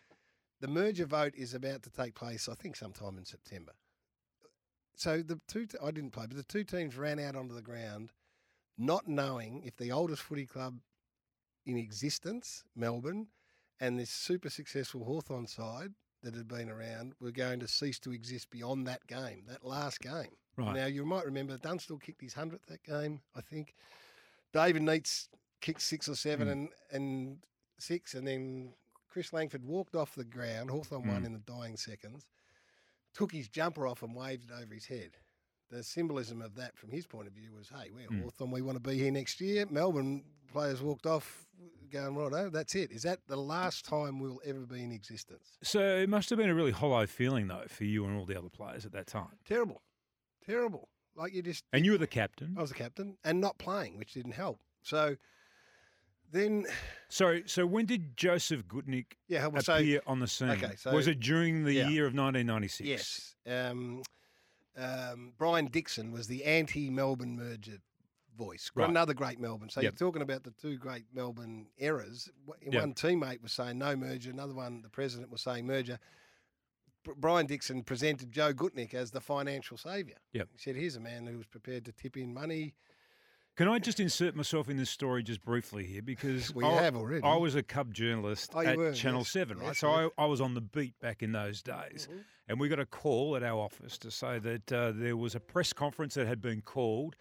Speaker 2: The merger vote is about to take place, I think, sometime in September. So the two, t- I didn't play, but the two teams ran out onto the ground, not knowing if the oldest footy club in existence, Melbourne, and this super successful Hawthorn side that had been around were going to cease to exist beyond that game, that last game.
Speaker 3: Right.
Speaker 2: Now you might remember Dunstall kicked his hundredth that game, I think. David Neitz kicked six or seven and, and six, and then Chris Langford walked off the ground. Hawthorn won in the dying seconds, took his jumper off and waved it over his head. The symbolism of that, from his point of view, was hey, we're Hawthorn, we want to be here next year. Melbourne players walked off going, righto, that's it. Is that the last time we'll ever be in existence?
Speaker 3: So it must have been a really hollow feeling, though, for you and all the other players at that time.
Speaker 2: Terrible. Terrible. Like you just
Speaker 3: And you were the captain.
Speaker 2: I was the captain and not playing, which didn't help. So then,
Speaker 3: So, so when did Joseph Goodnick
Speaker 2: yeah, well, so
Speaker 3: appear on the scene?
Speaker 2: okay, so-
Speaker 3: was it during the
Speaker 2: yeah.
Speaker 3: year of 1996?
Speaker 2: yes, um, um, Brian Dixon was the anti-Melbourne merger voice. Gr-
Speaker 3: Right.
Speaker 2: Another great Melbourne. So
Speaker 3: Yep.
Speaker 2: you're talking about the two great Melbourne errors. W-
Speaker 3: Yep.
Speaker 2: One teammate was saying no merger. Another one, the president was saying merger. Br- Brian Dixon presented Joe Gutnick as the financial saviour.
Speaker 3: Yep.
Speaker 2: He said, "Here's a man who was prepared to tip in money."
Speaker 3: Can I just insert myself in this story just
Speaker 2: [LAUGHS]
Speaker 3: briefly here? Because
Speaker 2: Well,
Speaker 3: I,
Speaker 2: you have already.
Speaker 3: I was a cub journalist
Speaker 2: Oh, you
Speaker 3: at
Speaker 2: were,
Speaker 3: Channel
Speaker 2: yes.
Speaker 3: 7, right?
Speaker 2: Yes, Mm-hmm.
Speaker 3: so
Speaker 2: yes.
Speaker 3: I, I was on the beat back in those days. And we got a call at our office to say that uh, there was a press conference that had been called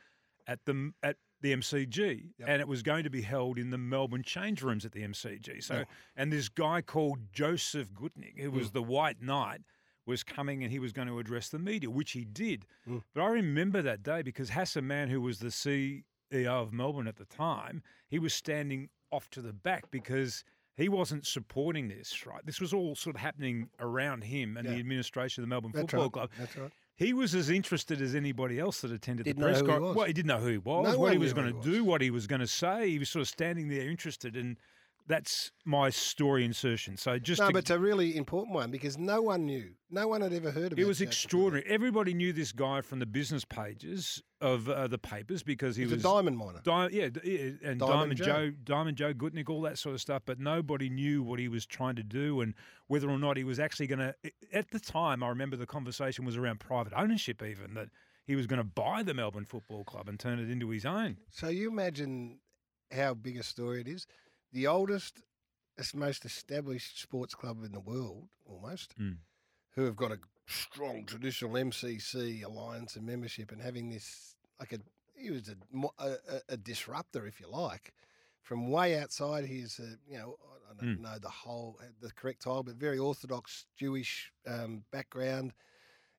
Speaker 3: at the, m- at the MCG and it was going to be held in the Melbourne change rooms at the MCG. So,
Speaker 2: Oh.
Speaker 3: and this guy called Joseph Goodnick, who
Speaker 2: Mm.
Speaker 3: was the white knight, was coming and he was going to address the media, which he did.
Speaker 2: Hmm.
Speaker 3: But I remember that day because Hassan Mann, who was the CEO of Melbourne at the time, he was standing off to the back because he wasn't supporting this, right? This was all sort of happening around him and the
Speaker 2: Yeah.
Speaker 3: administration of the Melbourne
Speaker 2: That's
Speaker 3: Football
Speaker 2: right.
Speaker 3: Club.
Speaker 2: That's right.
Speaker 3: He was as interested as anybody else that attended
Speaker 2: Didn't
Speaker 3: the
Speaker 2: know
Speaker 3: press
Speaker 2: who he
Speaker 3: con-
Speaker 2: was.
Speaker 3: Well, he didn't know who he was,
Speaker 2: No
Speaker 3: what he
Speaker 2: one
Speaker 3: was
Speaker 2: knew who
Speaker 3: going
Speaker 2: he
Speaker 3: to
Speaker 2: was.
Speaker 3: do, what he was going to say. He was sort of standing there interested, and that's my story insertion. So just
Speaker 2: No,
Speaker 3: to-
Speaker 2: but it's a really important one because no one knew. No one had ever heard of it.
Speaker 3: it was extraordinary. Everybody knew this guy from the business pages of uh, the papers because he
Speaker 2: He was
Speaker 3: was
Speaker 2: a diamond miner.
Speaker 3: Di- yeah, d- yeah, and Diamond,
Speaker 2: Diamond
Speaker 3: Joe.
Speaker 2: Joe.
Speaker 3: Diamond Joe Gutnick, all that sort of stuff. But nobody knew what he was trying to do and whether or not he was actually going to. At the time, I remember the conversation was around private ownership, even that he was going to buy the Melbourne Football Club and turn it into his own.
Speaker 2: So you imagine how big a story it is. The oldest, es- most established sports club in the world, almost,
Speaker 3: Mm.
Speaker 2: who have got a strong traditional MCC alliance and membership, and having this like a he was a mo- a, a, a disruptor, if you like, from way outside his, uh, you know, I- I
Speaker 3: Hmm.
Speaker 2: don't know the whole uh, the correct title, but very orthodox Jewish um, background.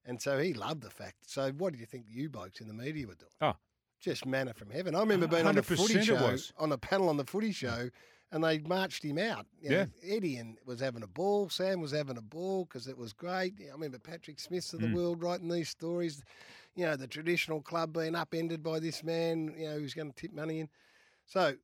Speaker 2: And so he loved the fact. So what do you think you blokes in the media were doing?
Speaker 3: Oh.
Speaker 2: Just manna from heaven. I remember being on a footy
Speaker 3: 100% it
Speaker 2: show,
Speaker 3: was.
Speaker 2: on a panel on the footy show, and they marched him out. You know, Eddie and was having a ball. Sam was having a ball because it was great. I remember Patrick Smith's
Speaker 3: Hmm.
Speaker 2: of the world writing these stories. You know, the traditional club being upended by this man. You know, who's going to tip money in. So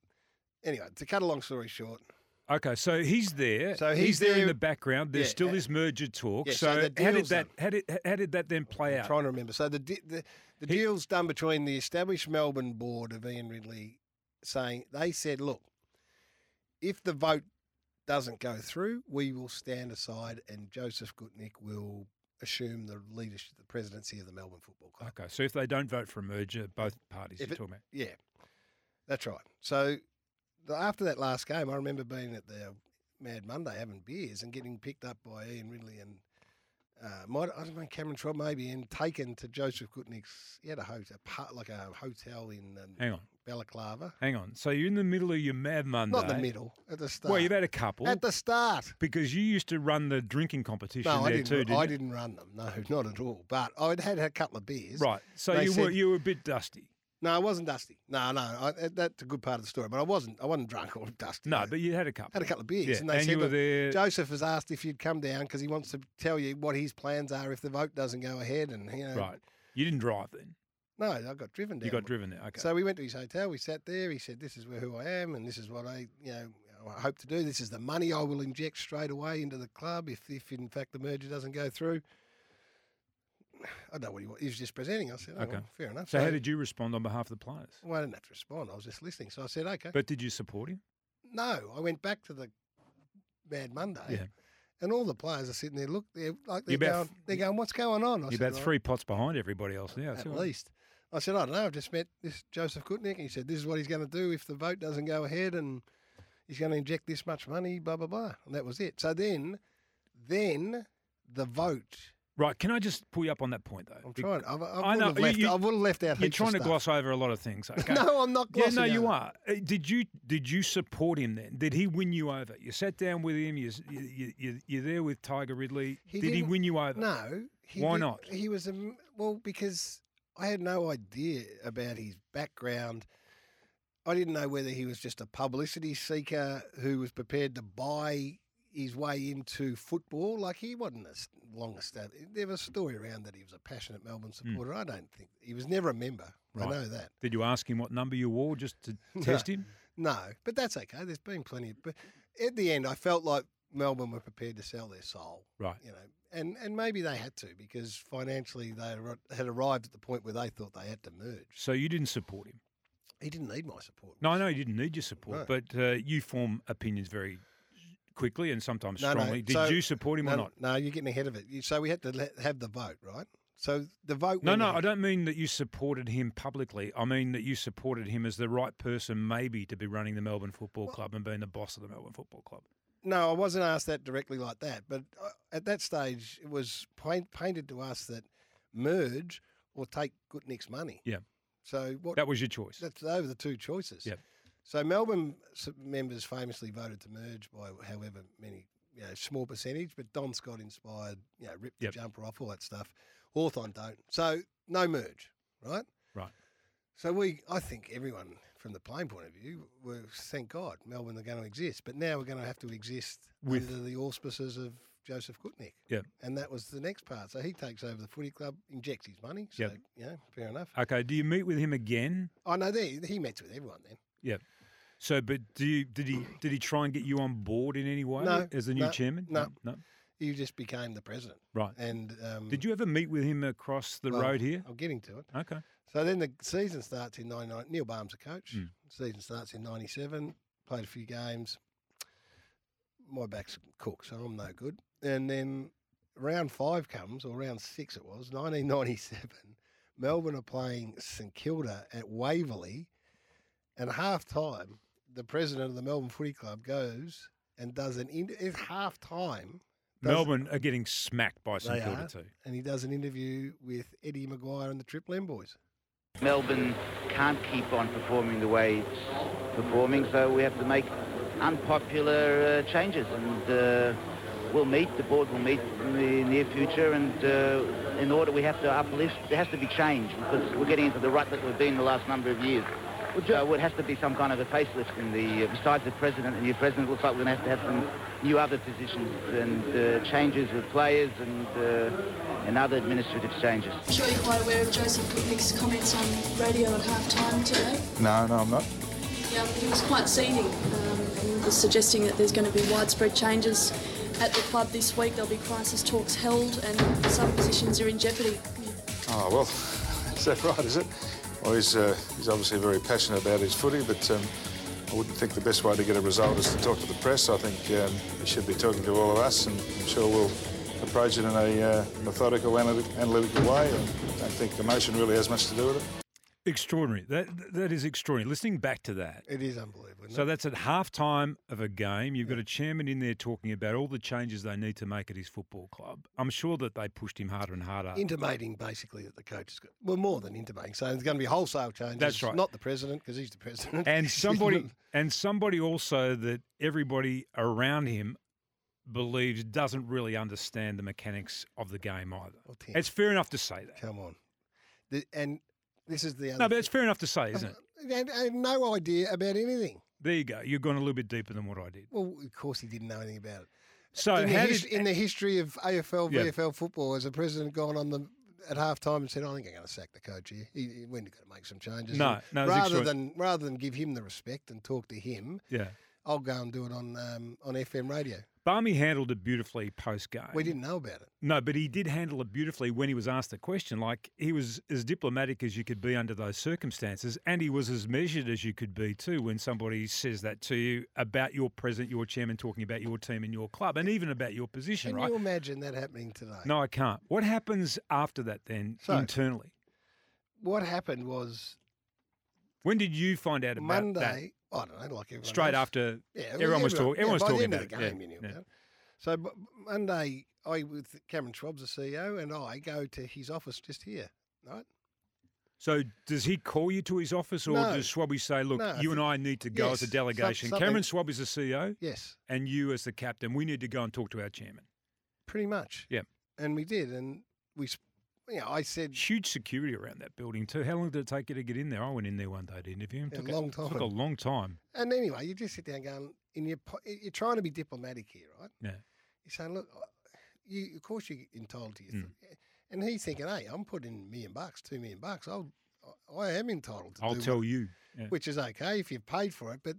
Speaker 2: anyway, to cut a long story short,
Speaker 3: Okay, so he's there.
Speaker 2: So
Speaker 3: he's,
Speaker 2: he's
Speaker 3: there, in
Speaker 2: there-
Speaker 3: the background. There's
Speaker 2: Yeah,
Speaker 3: still
Speaker 2: uh,
Speaker 3: this merger talk.
Speaker 2: yeah, so
Speaker 3: so
Speaker 2: the
Speaker 3: how did
Speaker 2: deal's
Speaker 3: that
Speaker 2: done.
Speaker 3: how did how did that then play out?
Speaker 2: trying to remember. So the di- the, the deal's done between the established Melbourne board of Ian Ridley saying they said, look, if the vote doesn't go through, we will stand aside and Joseph Gutnick will assume the leadership, the presidency of the Melbourne Football Club.
Speaker 3: Okay, so if they don't vote for a merger, both parties
Speaker 2: If
Speaker 3: you're
Speaker 2: it-
Speaker 3: talking about.
Speaker 2: Yeah, that's right. So the, after that last game, I remember being at the Mad Monday having beers and getting picked up by Ian Ridley and Uh, might I don't know Cameron Trott maybe and taken to Joseph Gutnick's. He had a hotel, like a hotel in um,
Speaker 3: Hang on,
Speaker 2: Balaclava.
Speaker 3: hang on. So you're in the middle of your Mad Monday.
Speaker 2: Not the middle at the start.
Speaker 3: Well, you've had a couple
Speaker 2: at the start.
Speaker 3: because you used to run the drinking competition
Speaker 2: No,
Speaker 3: there
Speaker 2: I didn't.
Speaker 3: too, didn't
Speaker 2: I
Speaker 3: you?
Speaker 2: didn't run them. No, [LAUGHS] not at all. But I'd had a couple of beers.
Speaker 3: Right. So
Speaker 2: They
Speaker 3: you were
Speaker 2: said-
Speaker 3: you were a bit dusty.
Speaker 2: No, I wasn't dusty. No, no. I, that's a good part of the story. But I wasn't. I wasn't drunk or [LAUGHS] dusty.
Speaker 3: No, but you had a couple.
Speaker 2: had a couple of beers,
Speaker 3: Yeah,
Speaker 2: and they
Speaker 3: and
Speaker 2: said
Speaker 3: you were
Speaker 2: "Look,
Speaker 3: there-
Speaker 2: Joseph has asked if you'd come down because he wants to tell you what his plans are if the vote doesn't go ahead. And you know,
Speaker 3: Right. You didn't drive then.
Speaker 2: No, I got driven down.
Speaker 3: You got driven there. Okay.
Speaker 2: So we went to his hotel. We sat there. He said, "This is where who I am, and this is what I, you know, I hope to do. This is the money I will inject straight away into the club if, if in fact the merger doesn't go through." [SIGHS] I don't know what he was. He was just presenting. I said, oh,
Speaker 3: Okay.
Speaker 2: well, fair enough."
Speaker 3: so how did you respond on behalf of the players?
Speaker 2: Well, I didn't have to respond. I was just listening. So I said, "Okay."
Speaker 3: But did you support him?
Speaker 2: no, I went back to the Mad Monday,
Speaker 3: Yeah.
Speaker 2: and all the players are sitting there. Look, they're like they're
Speaker 3: You're about
Speaker 2: going, they're going, "What's going on?" I
Speaker 3: You're
Speaker 2: said,
Speaker 3: about
Speaker 2: "Well,
Speaker 3: three pots behind everybody else now.
Speaker 2: at
Speaker 3: so-
Speaker 2: least. I said, I don't know. I've just met this Joseph Kutnick. He said, this is what he's going to do if the vote doesn't go ahead, and he's going to inject this much money, blah blah blah. And that was it. So then, then the vote.
Speaker 3: Right. Can I just pull you up on that point though?
Speaker 2: I'm
Speaker 3: Be-
Speaker 2: trying. I, I,
Speaker 3: I
Speaker 2: would
Speaker 3: know,
Speaker 2: have left.
Speaker 3: you-
Speaker 2: I would have left out.
Speaker 3: You're
Speaker 2: heaps of
Speaker 3: trying to
Speaker 2: stuff.
Speaker 3: gloss over a lot of
Speaker 2: [LAUGHS]
Speaker 3: things. Okay.
Speaker 2: No, I'm not
Speaker 3: Yeah,
Speaker 2: glossing.
Speaker 3: no, you
Speaker 2: over.
Speaker 3: are. Uh, Did you did you support him then? Did he win you over? You sat down with him. You s- you, you, you you're there with Tiger Ridley.
Speaker 2: He
Speaker 3: did he
Speaker 2: didn't-
Speaker 3: win you over?
Speaker 2: No. He
Speaker 3: Why
Speaker 2: did-
Speaker 3: not?
Speaker 2: He was a m- well because I had no idea about his background. I didn't know whether he was just a publicity seeker who was prepared to buy his way into football. Like he wasn't as long established. There was a story around that he was a passionate Melbourne supporter. I don't think he was never a member. I
Speaker 3: Hmm. Right.
Speaker 2: know that.
Speaker 3: Did you ask him what number you wore just to test him?
Speaker 2: [LAUGHS] No, but that's okay. There's been plenty. Of, but at the end, I felt like Melbourne were prepared to sell their soul.
Speaker 3: Right.
Speaker 2: you know, and and maybe they had to because financially they ar- had arrived at the point where they thought they had to merge.
Speaker 3: So you didn't support him.
Speaker 2: He didn't need my support.
Speaker 3: No, I know you didn't need your support, but uh, you form opinions very quickly and sometimes
Speaker 2: No, no,
Speaker 3: strongly. Did
Speaker 2: so-
Speaker 3: you support him
Speaker 2: no,
Speaker 3: or not?
Speaker 2: No, you're getting ahead of it. You, so we had to let, have the vote, right? So the vote.
Speaker 3: No,
Speaker 2: went
Speaker 3: no,
Speaker 2: ahead.
Speaker 3: I don't mean that you supported him publicly. I mean that you supported him as the right person, maybe, to be running the Melbourne Football Club and being the boss of the Melbourne Football Club.
Speaker 2: No, I wasn't asked that directly like that. But uh, at that stage, it was paint, painted to us that merge or take Goodnick's money.
Speaker 3: Yeah.
Speaker 2: So what?
Speaker 3: That was your choice.
Speaker 2: That's they were the two choices.
Speaker 3: Yep.
Speaker 2: So Melbourne s- members famously voted to merge by however many, you know, small percentage. But Don Scott inspired, you know, ripped
Speaker 3: Yep.
Speaker 2: the jumper off all that stuff. Hawthorn don't. So no merge, right?
Speaker 3: Right.
Speaker 2: So we, I think everyone from the playing point of view, were thank God Melbourne are going to exist, but now we're going to have to exist
Speaker 3: With-
Speaker 2: under the auspices of Joseph Kutnick.
Speaker 3: Yep.
Speaker 2: And that was the next part. So he takes over the footy club, injects his money. So,
Speaker 3: Yep. Uh,
Speaker 2: you know, fair enough.
Speaker 3: Okay, do you meet with him again?
Speaker 2: I know they, he met with everyone then.
Speaker 3: So, but do you, did he did he try and get you on board in any way
Speaker 2: No,
Speaker 3: as the new
Speaker 2: no,
Speaker 3: chairman?
Speaker 2: no.
Speaker 3: no,
Speaker 2: He just became the president.
Speaker 3: right.
Speaker 2: And um,
Speaker 3: Did you ever meet with him across the
Speaker 2: well,
Speaker 3: road here?
Speaker 2: I'm getting to it.
Speaker 3: Okay,
Speaker 2: So then the season starts in 99. Neil Barm's a coach.
Speaker 3: Mm.
Speaker 2: Season starts in 97. Played a few games. My back's cooked, so I'm no good. And then round five comes, or round six it was, 1997. [LAUGHS] Melbourne are playing St Kilda at Waverley. And half time, the president of the Melbourne Footy Club goes and does an. In- it's half time. does-
Speaker 3: Melbourne are getting smacked by St
Speaker 2: They
Speaker 3: Kilda
Speaker 2: are.
Speaker 3: too.
Speaker 2: And he does an interview with Eddie Maguire and the Triple M boys.
Speaker 6: Melbourne can't keep on performing the way it's performing, so we have to make unpopular uh, changes. And uh, we'll meet, the board will meet in the near future, and uh, in order we have to uplift, there has to be change, because we're getting into the rut that we've been the last number of years. So it has to be some kind of a facelift in the, uh, besides the president, the new president looks like we're going to have to have some new other positions and uh, changes with players and, uh, and other administrative changes.
Speaker 7: Sure you're quite aware of Joseph Goodnick's comments on radio at halftime today.
Speaker 8: No, no, I'm not.
Speaker 7: Yeah, he was quite scathing um, and was suggesting that there's going to be widespread changes at the club this week. There'll be crisis talks held and some positions are in jeopardy.
Speaker 8: Oh, well, [LAUGHS] is that right, is it? Well, he's, uh, he's obviously very passionate about his footy, but um, I wouldn't think the best way to get a result is to talk to the press. I think um, he should be talking to all of us, and I'm sure we'll approach it in a uh, methodical, analytic, analytical way. I don't think emotion really has much to do with it.
Speaker 3: Extraordinary. That that is extraordinary. Listening back to that.
Speaker 2: It is unbelievable.
Speaker 3: So that's at half time of a game. You've got a chairman in there talking about all the changes they need to make at his football club. I'm sure that they pushed him harder and harder.
Speaker 2: intimating basically that the coach is good. Well, more than intimating, saying there's going to be wholesale changes.
Speaker 3: That's right.
Speaker 2: Not the president because [LAUGHS] he's the president.
Speaker 3: and somebody and somebody also that everybody around him believes doesn't really understand the mechanics of the game either.
Speaker 2: Well, Tim.
Speaker 3: It's fair enough to say that.
Speaker 2: Come on. The, and this is the other.
Speaker 3: No, but it's fair enough to say, isn't it?
Speaker 2: They had- had no idea about anything.
Speaker 3: There you go. You've gone a little bit deeper than what I did.
Speaker 2: Well, of course he didn't know anything about it.
Speaker 3: So
Speaker 2: in, the
Speaker 3: how
Speaker 2: his-
Speaker 3: did
Speaker 2: in the history of AFL,
Speaker 3: Yeah.
Speaker 2: VFL football, has the president gone on the at half time and said, "I think I'm going to sack the coach here. He, he, we're going to make some changes."
Speaker 3: No,
Speaker 2: And
Speaker 3: no, it's
Speaker 2: rather
Speaker 3: extraordinary.
Speaker 2: than rather than give him the respect and talk to him,
Speaker 3: yeah.
Speaker 2: I'll go and do it on um, on FM radio.
Speaker 3: Barmy handled it beautifully post game.
Speaker 2: We didn't know about it.
Speaker 3: No, but he did handle it beautifully when he was asked the question. Like he was as diplomatic as you could be under those circumstances, and he was as measured as you could be too when somebody says that to you about your president, your chairman, talking about your team and your club, and even about your position.
Speaker 2: Can
Speaker 3: right?
Speaker 2: you imagine that happening today?
Speaker 3: No, I can't. What happens after that then
Speaker 2: So-
Speaker 3: internally?
Speaker 2: What happened was
Speaker 3: When did you find out about that?
Speaker 2: Monday. I don't know, like everyone
Speaker 3: Straight
Speaker 2: else.
Speaker 3: after
Speaker 2: Yeah, it
Speaker 3: everyone was talking.
Speaker 2: yeah,
Speaker 3: Everyone was
Speaker 2: by
Speaker 3: talking
Speaker 2: the end
Speaker 3: about
Speaker 2: of the
Speaker 3: it.
Speaker 2: game, you knew
Speaker 3: yeah.
Speaker 2: about it. So b- Monday, I with Cameron Schwab, the CEO, and I go to his office just here. Right?
Speaker 3: So does he call you to his office, or
Speaker 2: No.
Speaker 3: does Swabby say, "Look,
Speaker 2: No, I
Speaker 3: you
Speaker 2: think-
Speaker 3: and I need to go
Speaker 2: yes,
Speaker 3: as a
Speaker 2: some-
Speaker 3: delegation"?
Speaker 2: something-
Speaker 3: Cameron Swab is the E CEO,
Speaker 2: Yes,
Speaker 3: and you as the captain, we need to go and talk to our chairman.
Speaker 2: pretty much.
Speaker 3: Yeah.
Speaker 2: And we did, and we, sp- you know, I said
Speaker 3: Huge security around that building too. How long did it take you to get in there? I went in there one day to interview him.
Speaker 2: A
Speaker 3: Took
Speaker 2: long
Speaker 3: Took a
Speaker 2: time.
Speaker 3: long time.
Speaker 2: And anyway, you just sit down going, in your, po- you're trying to be diplomatic here, right?
Speaker 3: Yeah.
Speaker 2: You're saying, look, you, of course you're entitled to your.
Speaker 3: Hmm.
Speaker 2: th- And he's thinking, hey, I'm putting in a million bucks, two million bucks. I'll, I- I am entitled to
Speaker 3: I'll
Speaker 2: do what-
Speaker 3: tell you. Yeah.
Speaker 2: which is okay if you've paid for it, but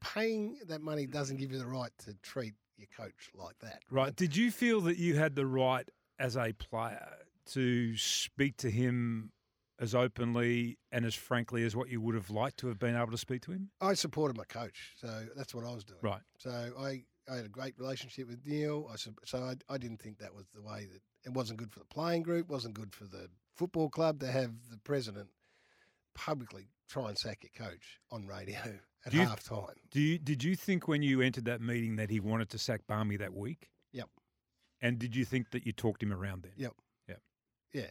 Speaker 2: paying that money doesn't give you the right to treat your coach like that.
Speaker 3: Right. Did you feel that you had the right as a player to speak to him as openly and as frankly as what you would have liked to have been able to speak to him?
Speaker 2: I supported my coach, so that's what I was doing.
Speaker 3: Right.
Speaker 2: So I, I had a great relationship with Neil. I sup- so I, I didn't think that was the way that it wasn't good for the playing group, wasn't good for the football club to have the president publicly try and sack your coach on radio [LAUGHS] at
Speaker 3: Do you-
Speaker 2: half time.
Speaker 3: Do you did you think when you entered that meeting that he wanted to sack Barmy that week?
Speaker 2: Yep.
Speaker 3: And did you think that you talked him around then?
Speaker 2: Yep. Yeah,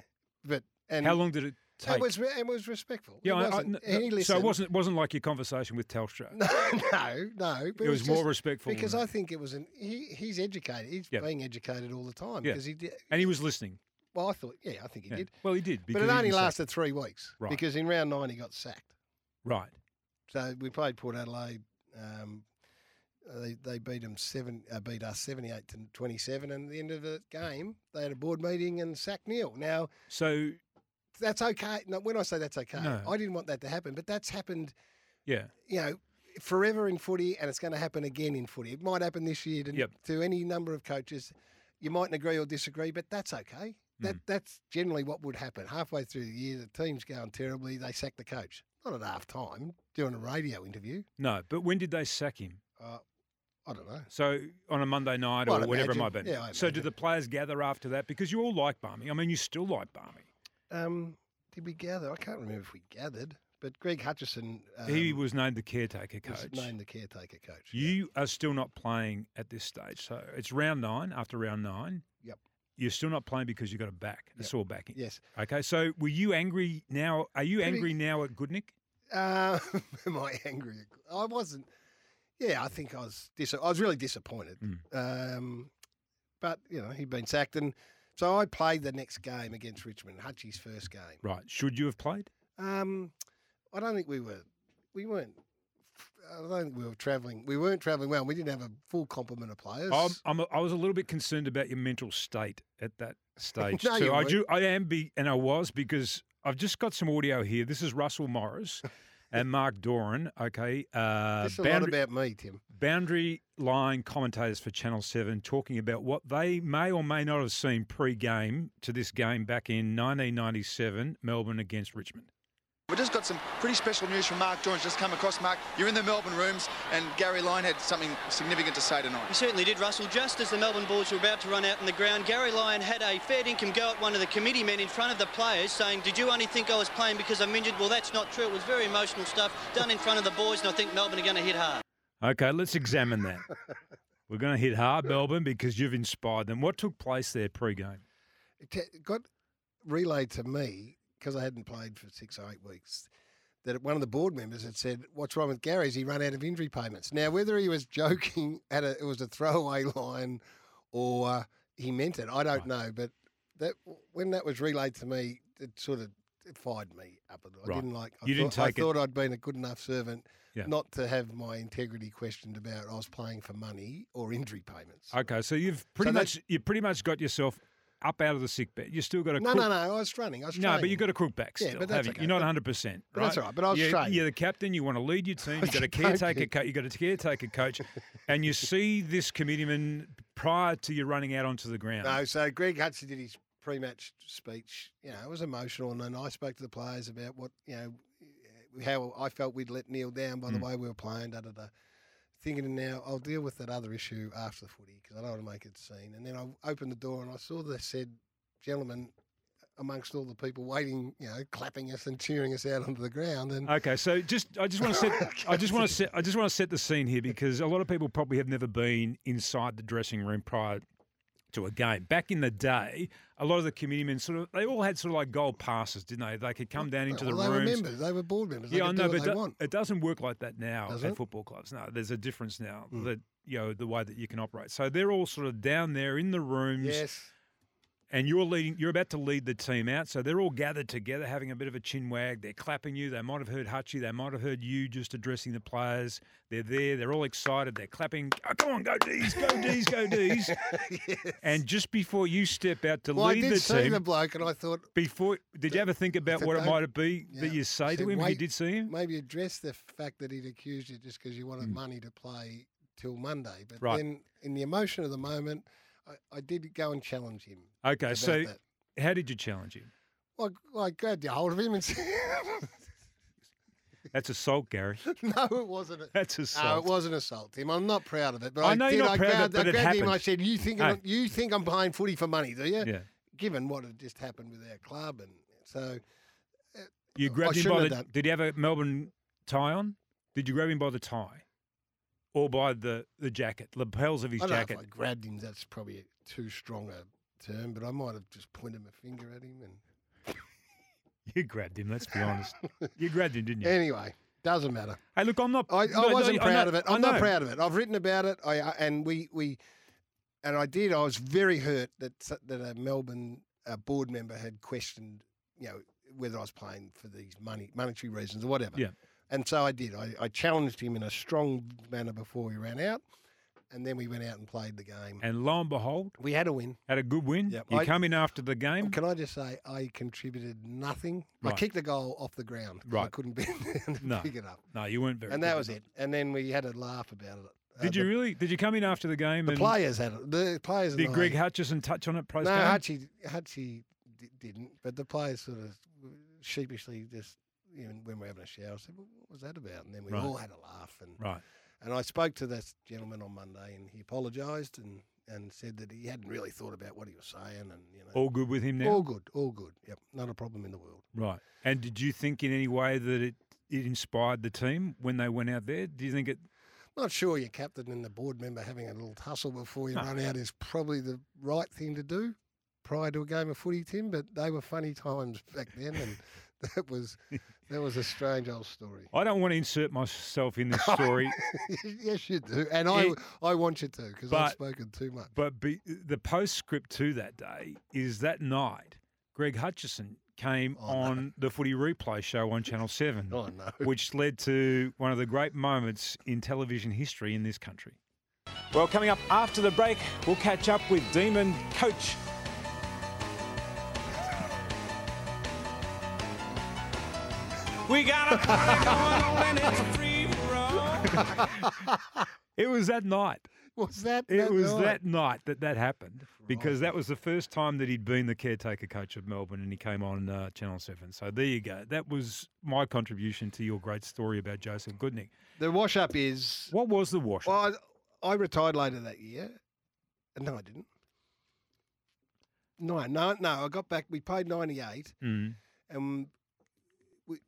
Speaker 2: but
Speaker 3: And
Speaker 2: and
Speaker 3: How long did it take?
Speaker 2: It was re- it was respectful.
Speaker 3: yeah,
Speaker 2: it
Speaker 3: I- I-
Speaker 2: wasn't,
Speaker 3: n-
Speaker 2: he
Speaker 3: so it
Speaker 2: listened.
Speaker 3: wasn't it wasn't like your conversation with Telstra.
Speaker 2: No, [LAUGHS] no, no. But
Speaker 3: it was more
Speaker 2: just-
Speaker 3: respectful
Speaker 2: Because
Speaker 3: than
Speaker 2: I
Speaker 3: that.
Speaker 2: think it was an he, he's educated. He's
Speaker 3: Yeah.
Speaker 2: being educated all the time
Speaker 3: Yeah.
Speaker 2: because he did.
Speaker 3: and he was listening.
Speaker 2: Well, I thought, yeah, I think he
Speaker 3: Yeah.
Speaker 2: did.
Speaker 3: Well, he did.
Speaker 2: But it
Speaker 3: because he
Speaker 2: only
Speaker 3: didn't say-
Speaker 2: lasted three weeks
Speaker 3: Right.
Speaker 2: because in round nine he got sacked.
Speaker 3: Right.
Speaker 2: So we played Port Adelaide. Um, they they beat 'em seven, uh, beat us seventy eight to twenty seven, and at the end of the game they had a board meeting and sacked Neil. Now
Speaker 3: So
Speaker 2: that's okay. No, when I say that's okay,
Speaker 3: No.
Speaker 2: I didn't want that to happen, but that's happened
Speaker 3: yeah.
Speaker 2: you know, forever in footy, and it's going to happen again in footy. It might happen this year to,
Speaker 3: Yep.
Speaker 2: to any number of coaches. You mightn't agree or disagree, but that's okay.
Speaker 3: Hmm.
Speaker 2: That that's generally what would happen. Halfway through the year, the team's going terribly. They sack the coach. Not at half time during a radio interview.
Speaker 3: No. But when did they sack him?
Speaker 2: Uh, I don't know.
Speaker 3: So on a Monday night
Speaker 2: Well, I'd
Speaker 3: or whatever it might
Speaker 2: imagine.
Speaker 3: be.
Speaker 2: Yeah, I
Speaker 3: so do
Speaker 2: imagine.
Speaker 3: the players gather after that? Because you all like Barmy. I mean, you still like Barmy.
Speaker 2: Um, did we gather? I can't remember if we gathered, but Greg Hutchison um,
Speaker 3: he was named the caretaker
Speaker 2: was
Speaker 3: coach.
Speaker 2: named the caretaker coach. Yeah.
Speaker 3: You are still not playing at this stage. So it's round nine after round nine.
Speaker 2: Yep.
Speaker 3: You're still not playing because you got a back, a
Speaker 2: Yep.
Speaker 3: sore backing.
Speaker 2: Yes.
Speaker 3: Okay. So were you angry now? Are you
Speaker 2: Pretty-
Speaker 3: angry now at Goodnick?
Speaker 2: Uh, [LAUGHS] am I angry? I wasn't. Yeah, I think I was. Dis- I was really disappointed.
Speaker 3: Hmm.
Speaker 2: Um, but you know, he'd been sacked, and so I played the next game against Richmond, Hutchie's first game.
Speaker 3: Right. Should you have played?
Speaker 2: Um, I don't think we were. We weren't. I don't think we were travelling. We weren't travelling well. We didn't have a full complement of players.
Speaker 3: I'm, I'm, I was a little bit concerned about your mental state at that stage
Speaker 2: [LAUGHS] No,
Speaker 3: too.
Speaker 2: you
Speaker 3: I
Speaker 2: weren't.
Speaker 3: do. I am be, and I was because I've just got some audio here. This is
Speaker 2: [LAUGHS]
Speaker 3: Russell Morris and Mark Doran. Okay. Uh,
Speaker 2: This is a lot
Speaker 3: boundary-
Speaker 2: about me, Tim.
Speaker 3: boundary line commentators for Channel 7 talking about what they may or may not have seen pre game to this game back in 1997, Melbourne against Richmond.
Speaker 9: We've just got some pretty special news from Mark Jones. Just come across, Mark. You're in the Melbourne rooms, and Gary Line had something significant to say tonight.
Speaker 10: He certainly did, Russell. Just as the Melbourne Bullets were about to run out on the ground, Gary Lyon had a fair income go at one of the committee men in front of the players, saying, Did you only think I was playing because I'm injured? Well, that's not true. It was very emotional stuff done in front of the boys, and I think Melbourne are going to hit hard.
Speaker 3: Okay, let's examine
Speaker 2: [LAUGHS]
Speaker 3: that. We're going to hit hard, Melbourne, because you've inspired them. What took place there pre-game?
Speaker 2: It t- got relayed to me because I hadn't played for six or eight weeks. That one of the board members had said, "What's wrong with Gary? Is he run out of injury payments?" Now, whether he was [LAUGHS] joking at a, it was a throwaway line, or uh, he meant it, I don't know. But that when that was relayed to me, it sort of it fired me up a little.
Speaker 3: Right.
Speaker 2: I didn't like. I
Speaker 3: You didn't
Speaker 2: thought, I
Speaker 3: take it-
Speaker 2: thought I'd been a good enough servant
Speaker 3: Yeah.
Speaker 2: not to have my integrity questioned about I was playing for money or injury payments.
Speaker 3: Okay, so you've pretty
Speaker 2: that's-
Speaker 3: much you pretty much got yourself up out of the sick bed. You still got a
Speaker 2: No,
Speaker 3: crook-
Speaker 2: no, no. I was running. I was
Speaker 3: No, but
Speaker 2: training.
Speaker 3: you've got a crook back
Speaker 2: Yeah,
Speaker 3: still,
Speaker 2: but that's
Speaker 3: haven't you?
Speaker 2: okay.
Speaker 3: You're not
Speaker 2: But-
Speaker 3: 100. percent
Speaker 2: but that's all right, but I was
Speaker 3: you're,
Speaker 2: trained.
Speaker 3: You're the captain. You want to lead your
Speaker 2: [LAUGHS]
Speaker 3: team. You've got a
Speaker 2: joking.
Speaker 3: caretaker. Co- you got a caretaker coach, and you see this committeeman prior to you running out onto the ground.
Speaker 2: No, so Greg Hudson did his pre-match speech. You know, it was emotional, and then I spoke to the players about what you know eh, how I felt we'd let Neil down by the
Speaker 3: Mm.
Speaker 2: way we were playing. Da da da. Thinking now, I'll deal with that other issue after the footy because I don't want to make it seen. And then I opened the door and I saw they said, "Gentlemen," amongst all the people waiting, you know, clapping us and cheering us out onto the ground. And
Speaker 3: Okay, so just I just
Speaker 2: [LAUGHS]
Speaker 3: want to
Speaker 2: Oh,
Speaker 3: set I just want to set I just want to set the scene here because a lot of people probably have never been inside the dressing room prior to a game. Back in the day, a lot of the committeemen sort of they all had sort of like gold passes, didn't they? They could come down into the
Speaker 2: well, they were
Speaker 3: rooms.
Speaker 2: members, they were board members.
Speaker 3: Yeah,
Speaker 2: they
Speaker 3: I
Speaker 2: could
Speaker 3: know,
Speaker 2: do what
Speaker 3: but
Speaker 2: they
Speaker 3: do-
Speaker 2: want.
Speaker 3: it doesn't work like that now
Speaker 2: Does
Speaker 3: at
Speaker 2: it? Hmm.
Speaker 3: football clubs. No, there's a difference now that you know the way that you can operate. So they're all sort of down there in the rooms,
Speaker 2: Yes. [LAUGHS]
Speaker 3: and you're leading. You're about to lead the team out, so they're all gathered together, having a bit of a chin wag. They're clapping you. They might have heard Hutchie. They might have heard you just addressing the players. They're there. They're all excited. They're clapping. Oh, come on, go D's, go
Speaker 2: [LAUGHS]
Speaker 3: D's, go D's. And just before you step out to
Speaker 2: Well, I
Speaker 3: lead
Speaker 2: did
Speaker 3: the
Speaker 2: see
Speaker 3: team,
Speaker 2: the bloke, and I thought,
Speaker 3: before did you ever think about
Speaker 2: said,
Speaker 3: what it
Speaker 2: "Don't-
Speaker 3: might be that
Speaker 2: Yeah.
Speaker 3: you say
Speaker 2: Said,
Speaker 3: to him if you
Speaker 2: "Wait,
Speaker 3: did see him?
Speaker 2: maybe address the fact that he'd accused you just because you wanted money to play till Monday. But
Speaker 3: Mm. Right.
Speaker 2: then, in the emotion of the moment, I, I did go and challenge him.
Speaker 3: Okay,
Speaker 2: about
Speaker 3: Uh, so
Speaker 2: that.
Speaker 3: how did you challenge him?
Speaker 2: I, I grabbed a hold of him and said,
Speaker 3: That's assault, Gary.
Speaker 2: [LAUGHS]
Speaker 3: [LAUGHS]
Speaker 2: "No, it wasn't." A,
Speaker 3: That's
Speaker 2: no, it
Speaker 3: assault.
Speaker 2: was an assault, Tim. I'm not proud of it, but
Speaker 3: I
Speaker 2: I,
Speaker 3: know
Speaker 2: did.
Speaker 3: you're not
Speaker 2: I
Speaker 3: proud of it,
Speaker 2: grabbed,
Speaker 3: but
Speaker 2: I
Speaker 3: it
Speaker 2: grabbed him.
Speaker 3: happened.
Speaker 2: I said, "You think
Speaker 3: Hey.
Speaker 2: I'm, you think I'm playing footy for money, do you?"
Speaker 3: yeah.
Speaker 2: Given what had just happened with our club, and so
Speaker 3: You grabbed him
Speaker 2: shouldn't
Speaker 3: by
Speaker 2: have
Speaker 3: the.
Speaker 2: done.
Speaker 3: Did he have a Melbourne tie on? Did you grab him by the tie, or by the the jacket, lapels of his
Speaker 2: I don't
Speaker 3: jacket?
Speaker 2: know if I grabbed him. That's probably too strong a term, but I might have just pointed my finger at him and.
Speaker 3: [LAUGHS] You grabbed him. Let's be honest. you grabbed him, didn't you?
Speaker 2: [LAUGHS] Anyway, doesn't matter.
Speaker 3: hey, look, I'm not.
Speaker 2: I, I
Speaker 3: no, no,
Speaker 2: wasn't
Speaker 3: I know-
Speaker 2: proud of it.
Speaker 3: I
Speaker 2: I'm not
Speaker 3: know.
Speaker 2: proud of it. I've written about it. I I- and we we and I did. I was very hurt that s- that a Melbourne uh board member had questioned, you know, whether I was playing for these money monetary reasons or whatever.
Speaker 3: Yeah.
Speaker 2: And so I did. I, I challenged him in a strong manner before we ran out, and then we went out and played the game.
Speaker 3: And lo and behold,
Speaker 2: we had a win.
Speaker 3: had a good win.
Speaker 2: Yep,
Speaker 3: You
Speaker 2: I-
Speaker 3: come in after the game.
Speaker 2: Can I just say I contributed nothing. I
Speaker 3: Right.
Speaker 2: kicked the goal off the ground. 'cause I
Speaker 3: Right.
Speaker 2: couldn't [LAUGHS] bend down and
Speaker 3: No.
Speaker 2: pick it up.
Speaker 3: No, you weren't very.
Speaker 2: and that
Speaker 3: good.
Speaker 2: was it. And then we had a laugh about it. Uh,
Speaker 3: Did you
Speaker 2: The,
Speaker 3: really? Did you come in after the game?
Speaker 2: the
Speaker 3: and
Speaker 2: players had it. The players. and
Speaker 3: Did
Speaker 2: I-
Speaker 3: Greg Hutchison touch on it post
Speaker 2: No,
Speaker 3: game?
Speaker 2: Hutchie, Hutchie di- didn't. But the players sort of sheepishly just, even when we were having a shower, I said, well, "What was that about?" And then we
Speaker 3: Right.
Speaker 2: all had a laugh. And
Speaker 3: Right.
Speaker 2: and I spoke to this gentleman on Monday, and he apologised and and said that he hadn't really thought about what he was saying, and you know,
Speaker 3: All good with him now.
Speaker 2: all good, all good. Yep, not a problem in the world.
Speaker 3: Right. And did you think in any way that it, it inspired the team when they went out there? Do you think it?
Speaker 2: Not sure your captain and the board member having a little tussle before you
Speaker 3: No.
Speaker 2: run out is probably the right thing to do prior to a game of footy, Tim. But they were funny times back then,
Speaker 3: [LAUGHS]
Speaker 2: and that was that was a strange old story. [LAUGHS]
Speaker 3: I don't want to insert myself in this story,
Speaker 2: yes, you do, and I
Speaker 3: It-
Speaker 2: I want you to because I've
Speaker 3: but-
Speaker 2: spoken too much. [LAUGHS]
Speaker 3: but be, the postscript to that day is that night Greg Hutchison came
Speaker 2: Oh, no.
Speaker 3: on the Footy Replay show on Channel Seven,
Speaker 2: Oh no!
Speaker 3: which led to one of the great moments in television history in this country.
Speaker 11: Well, coming up after the break, we'll catch up with Demon Coach. We got a party going on and it's a free for all.
Speaker 3: [LAUGHS] It was that night.
Speaker 12: Was that?
Speaker 3: It was
Speaker 12: night?
Speaker 3: that night that that happened because that was the first time that he'd been the caretaker coach of Melbourne and he came on uh, Channel 7. So there you go. That was my contribution to your great story about Joseph Goodnick.
Speaker 2: The wash up is.
Speaker 3: What was the wash up?
Speaker 2: Well, I, I retired later that year. No, I didn't. No, no, no. I got back. We paid 98.
Speaker 3: Mm.
Speaker 2: and we,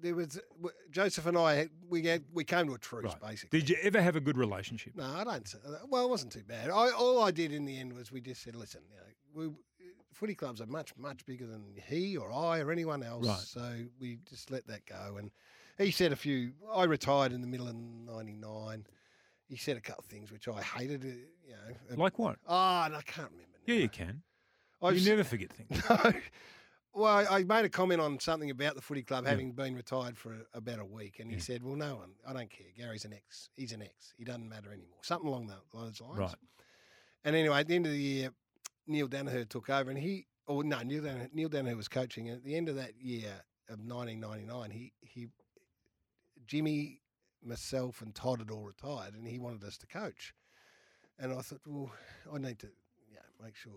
Speaker 2: there was w- Joseph and I. had- We had, we came to a truce basically.
Speaker 3: Did you ever have a good relationship?
Speaker 2: No, I don't. s- uh, Well, it wasn't too bad. I all I did in the end was we just said, listen, you know, we footy clubs are much much bigger than he or I or anyone else,
Speaker 3: Right.
Speaker 2: so we just let that go. And he said a few. I retired in the middle of '99. He said a couple of things which I hated. uh, You know, and-
Speaker 3: Like what?
Speaker 2: Ah, and I can't remember.
Speaker 3: Yeah, you can.
Speaker 2: I've
Speaker 3: you
Speaker 2: s-
Speaker 3: never forget things.
Speaker 2: [LAUGHS] Well, I- I made a comment on something about the footy club having been retired for a, about a week, and he said, "Well, no one. I don't care. Gary's an ex. He's an ex. He doesn't matter anymore." Something along tho- those lines.
Speaker 3: Right.
Speaker 2: And anyway, at the end of the year, Neil Danaher took over, and he, or no, Neil Danaher, Neil Danaher was coaching. And at the end of that year of 1999, he he, Jimmy, myself, and Todd had all retired, and he wanted us to coach. And I thought, well, I need to, you know, make sure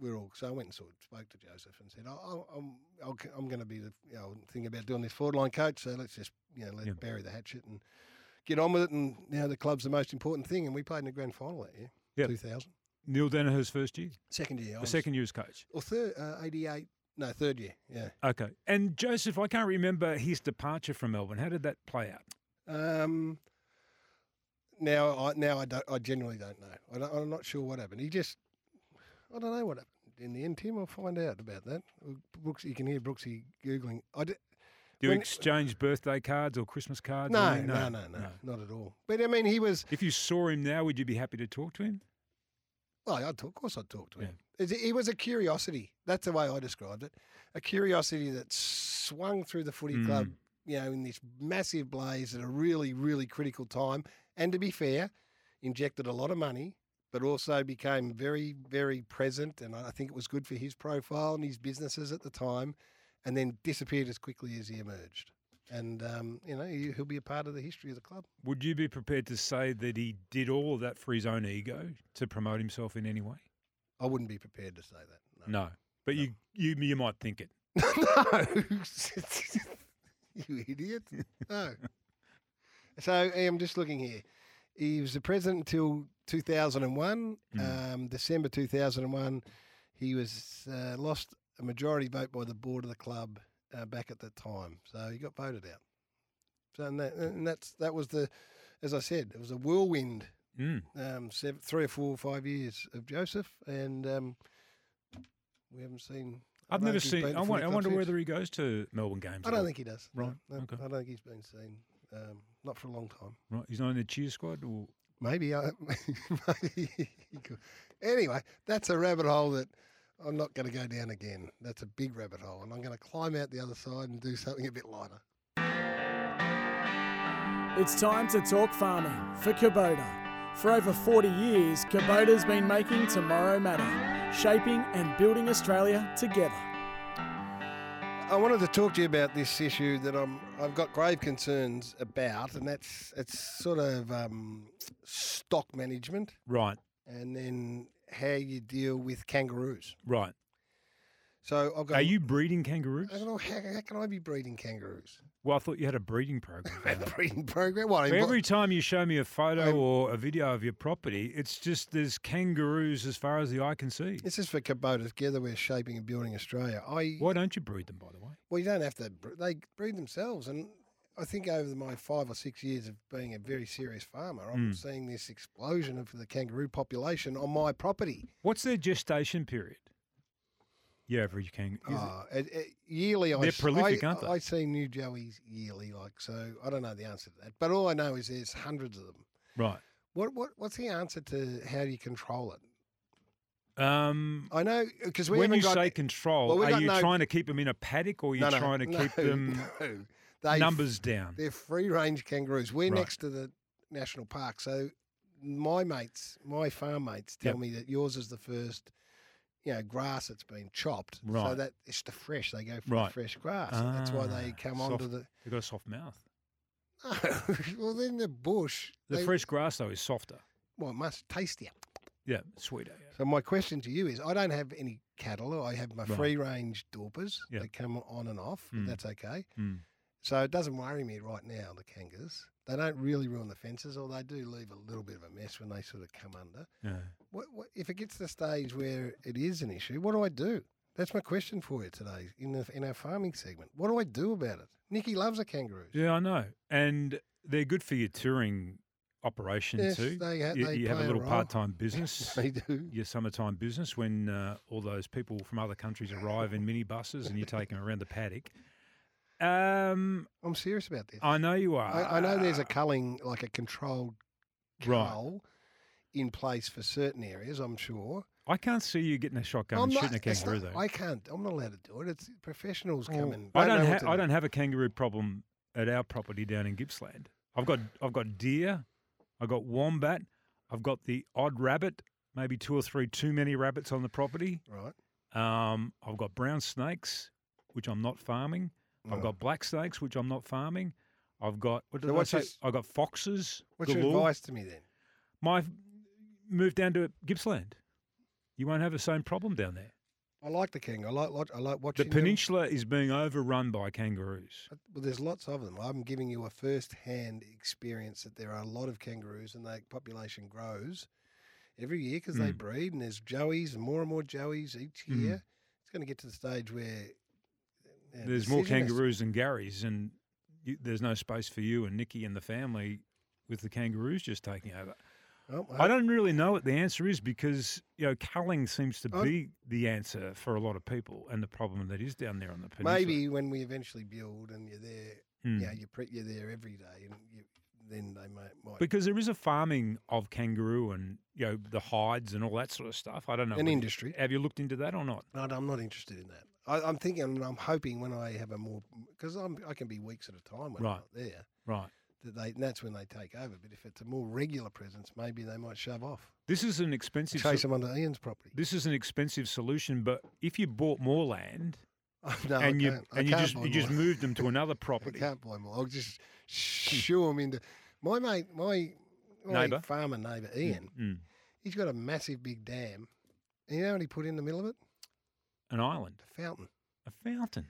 Speaker 2: we're all. So I went and sort of spoke to Joseph and said, I, I, I'm I'll, c- I'm going to be the you know, thinking about doing this forward line coach. So let's just you know let
Speaker 3: Yeah.
Speaker 2: bury the hatchet and get on with it. And now the club's the most important thing. And we played in the grand final that year,
Speaker 3: Yeah.
Speaker 2: 2000.
Speaker 3: Neil Danaher's first year?
Speaker 2: Second year. I
Speaker 3: The
Speaker 2: was-
Speaker 3: second year as coach.
Speaker 2: or third, uh, 88. No, third year. Yeah.
Speaker 3: Okay. And Joseph, I can't remember his departure from Melbourne. How did that play out?
Speaker 2: Um, now, I now I don't. I genuinely don't know. I don't, I'm not sure what happened. He just, I don't know what happened in the end. Tim, I'll find out about that. Brooks, you can hear Brooksy googling. I did,
Speaker 3: Do you
Speaker 2: when-
Speaker 3: exchange birthday cards or Christmas cards? or
Speaker 2: No,
Speaker 3: anything?
Speaker 2: no, no, no, not at all. But I mean, he was.
Speaker 3: If you saw him now, would you be happy to talk to him?
Speaker 2: Well, I talk, of course, I talked to him. Is it- He was a curiosity. That's the way I described it. A curiosity that swung through the footy club, you know, in this massive blaze at a really, really critical time. And to be fair, injected a lot of money, but also became very, very present. And I I think it was good for his profile and his businesses at the time. And then disappeared as quickly as he emerged. And um, you know, he, he'll be a part of the history of the club.
Speaker 3: Would you be prepared to say that he did all of that for his own ego to promote himself in any way?
Speaker 2: I wouldn't be prepared to say that.
Speaker 3: No. But you, you you might think it.
Speaker 2: [LAUGHS] you idiot. No. so I'm just looking here. He was the president until 2001.
Speaker 3: Hmm.
Speaker 2: Um, December 2001, he was uh, lost a majority vote by the board of the club uh, back at that time. So he got voted out. So and, that, and that's that was the, as I said, it was a whirlwind.
Speaker 3: Mm.
Speaker 2: Um, seven, three or four or five years of Joseph, and um, we haven't seen. I
Speaker 3: I've
Speaker 2: don't
Speaker 3: never
Speaker 2: think he's
Speaker 3: seen.
Speaker 2: been to
Speaker 3: I,
Speaker 2: footy
Speaker 3: wonder, I
Speaker 2: club
Speaker 3: wonder
Speaker 2: since.
Speaker 3: whether he goes to Melbourne games.
Speaker 2: I
Speaker 3: at
Speaker 2: don't
Speaker 3: all.
Speaker 2: think he does. No,
Speaker 3: Right.
Speaker 2: no, I don't think he's been seen. Um, not for a long time.
Speaker 3: Right. He's not in the cheer squad. Or
Speaker 2: Maybe. I, [LAUGHS] maybe he could. Anyway, that's a rabbit hole that I'm not going to go down again. That's a big rabbit hole, and I'm going to climb out the other side and do something a bit lighter.
Speaker 1: It's time to talk farming for Kubota. For over 40 years, Kubota's been making tomorrow matter, shaping and building Australia together.
Speaker 2: I wanted to talk to you about this issue that I'm I've got grave concerns about, and that's it's sort of um, stock management,
Speaker 3: right.
Speaker 2: and then how you deal with kangaroos.
Speaker 3: Right.
Speaker 2: So I've got.
Speaker 3: Are you breeding kangaroos?
Speaker 2: I don't know, How, how can I be breeding kangaroos?
Speaker 3: Well, I thought you had a
Speaker 2: [LAUGHS]
Speaker 3: breeding program.
Speaker 2: breeding program. What, invo-
Speaker 3: Every time you show me a photo or a video of your property, it's just there's kangaroos as far as the eye can see.
Speaker 2: This is for Kubota. Together we're shaping and building Australia. I
Speaker 3: Why don't you breed them, by the way?
Speaker 2: well, you don't have to. bre- They breed themselves, and I think over my five or six years of being a very serious farmer, I'm
Speaker 3: Mm.
Speaker 2: seeing this explosion of the kangaroo population on my property.
Speaker 3: What's their gestation period? Your average kangaroo.
Speaker 2: Ah, it- it- yearly, I
Speaker 3: They're
Speaker 2: s-
Speaker 3: prolific,
Speaker 2: I,
Speaker 3: aren't they?
Speaker 2: I see new joeys yearly, like so. I don't know the answer to that, but all I know is there's hundreds of them.
Speaker 3: Right.
Speaker 2: What what what's the answer to how do you control it?
Speaker 3: Um,
Speaker 2: I know because we
Speaker 3: when
Speaker 2: haven't
Speaker 3: you
Speaker 2: got,
Speaker 3: say control,
Speaker 2: Well, we
Speaker 3: are
Speaker 2: got
Speaker 3: you
Speaker 2: no-
Speaker 3: trying to keep them in a paddock or are you
Speaker 2: No, no,
Speaker 3: trying
Speaker 2: [LAUGHS]
Speaker 3: to
Speaker 2: no,
Speaker 3: keep them
Speaker 2: no. They-
Speaker 3: numbers down?
Speaker 2: They're free range kangaroos. We're
Speaker 3: Right.
Speaker 2: next to the national park, so my mates, my farm mates, tell
Speaker 3: Yep.
Speaker 2: me that yours is the first, you know, grass that's been chopped. So
Speaker 3: Right.
Speaker 2: that it's the fresh. They go for the
Speaker 3: Right.
Speaker 2: fresh grass. and that's why they
Speaker 3: Ah,
Speaker 2: come
Speaker 3: soft-
Speaker 2: onto the.
Speaker 3: They've got a soft mouth.
Speaker 2: well, then the [LAUGHS] bush.
Speaker 3: The
Speaker 2: they-
Speaker 3: fresh grass though is softer.
Speaker 2: well, it must taste you.
Speaker 3: Yeah, sweeter.
Speaker 2: So my question to you is, I don't have any cattle. I have my
Speaker 3: Right.
Speaker 2: free range dorpers
Speaker 3: Yeah.
Speaker 2: that come on and off. but
Speaker 3: Mm.
Speaker 2: That's okay.
Speaker 3: Mm.
Speaker 2: So it doesn't worry me right now. The kangas, they don't really ruin the fences, or they do leave a little bit of a mess when they sort of come under.
Speaker 3: Yeah.
Speaker 2: What, what if it gets to the stage where it is an issue? What do I do? That's my question for you today in the, in our farming segment. What do I do about it? Nikki loves a kangaroo.
Speaker 3: Yeah, I know. And they're good for your touring operation
Speaker 2: Yes,
Speaker 3: too.
Speaker 2: they ha-
Speaker 3: you,
Speaker 2: they
Speaker 3: you have
Speaker 2: play a
Speaker 3: a little
Speaker 2: role. [LAUGHS]
Speaker 3: part-time business.
Speaker 2: they do.
Speaker 3: Your summertime business when uh, all those people from other countries arrive in minibuses and you take them around the paddock. Um,
Speaker 2: I'm serious about this.
Speaker 3: I know you are.
Speaker 2: I, I know there's a culling, like a controlled
Speaker 3: Right.
Speaker 2: cull in place for certain areas, I'm sure.
Speaker 3: I can't see you getting a shotgun
Speaker 2: I'm
Speaker 3: and
Speaker 2: not-
Speaker 3: shooting a
Speaker 2: that's
Speaker 3: kangaroo
Speaker 2: not-
Speaker 3: though.
Speaker 2: I can't. I'm not allowed to do it. It's professionals come and
Speaker 3: Oh, I don't.
Speaker 2: know what
Speaker 3: Ha-
Speaker 2: to
Speaker 3: I
Speaker 2: do.
Speaker 3: don't have a kangaroo problem at our property down in Gippsland. I've got I've got deer, I've got wombat, I've got the odd rabbit, maybe two or three too many rabbits on the property.
Speaker 2: Right.
Speaker 3: Um, I've got brown snakes, which I'm not farming. I've
Speaker 2: Oh.
Speaker 3: got black snakes, which I'm not farming. I've got what
Speaker 2: So
Speaker 3: did I
Speaker 2: what's
Speaker 3: say?
Speaker 2: your s-
Speaker 3: I've got foxes.
Speaker 2: What's your
Speaker 3: galore.
Speaker 2: advice to me then?
Speaker 3: My move down to Gippsland. You won't have the same problem down there.
Speaker 2: I like the king. I like, like I like
Speaker 3: The
Speaker 2: watching them.
Speaker 3: peninsula is being overrun by kangaroos.
Speaker 2: Well, there's lots of them. I'm giving you a first-hand experience that there are a lot of kangaroos and their population grows every year because they
Speaker 3: Mm.
Speaker 2: breed and there's joeys and more and more joeys each
Speaker 3: Mhm.
Speaker 2: year. It's going to get to the stage where uh,
Speaker 3: there's
Speaker 2: decision
Speaker 3: more
Speaker 2: has to-
Speaker 3: kangaroos than Gary's, and you, there's no space for you and Nikki and the family with the kangaroos just taking over.
Speaker 2: Oh,
Speaker 3: I don't really know what the answer is because you know culling seems to
Speaker 2: I'm-
Speaker 3: be the answer for a lot of people and the problem that is down there on the peninsula.
Speaker 2: Maybe when we eventually build and you're there,
Speaker 3: Mm.
Speaker 2: yeah, you're, pre- you're there every day, and you, then they might. might
Speaker 3: because there is a farming of kangaroo and you know the hides and all that sort of stuff. I don't know
Speaker 2: An
Speaker 3: whether-
Speaker 2: industry.
Speaker 3: Have you looked into that or not?
Speaker 2: No, I'm not interested in that. I, I'm thinking and I'm hoping when I have a more because I'm I can be weeks at a time when
Speaker 3: Right.
Speaker 2: I'm not there.
Speaker 3: Right.
Speaker 2: That they and that's when they take over. But if it's a more regular presence, maybe they might shove off,
Speaker 3: This is an expensive.
Speaker 2: chase
Speaker 3: sol-
Speaker 2: them under Ian's property. [LAUGHS]
Speaker 3: this is an expensive solution, but if you bought more land
Speaker 2: no, I
Speaker 3: and you
Speaker 2: can't- I
Speaker 3: and you
Speaker 2: can't
Speaker 3: just
Speaker 2: buy
Speaker 3: you just
Speaker 2: more.
Speaker 3: moved them to
Speaker 2: [LAUGHS]
Speaker 3: another
Speaker 2: I
Speaker 3: property, Hmm.
Speaker 2: can't buy more. I'll just shoo them into my mate, my, my
Speaker 3: Neighbour.
Speaker 2: farmer neighbour Ian.
Speaker 3: mm.
Speaker 2: He's got a massive big dam. And you know what he put in the middle of it?
Speaker 3: an island,
Speaker 2: A fountain.
Speaker 3: a fountain.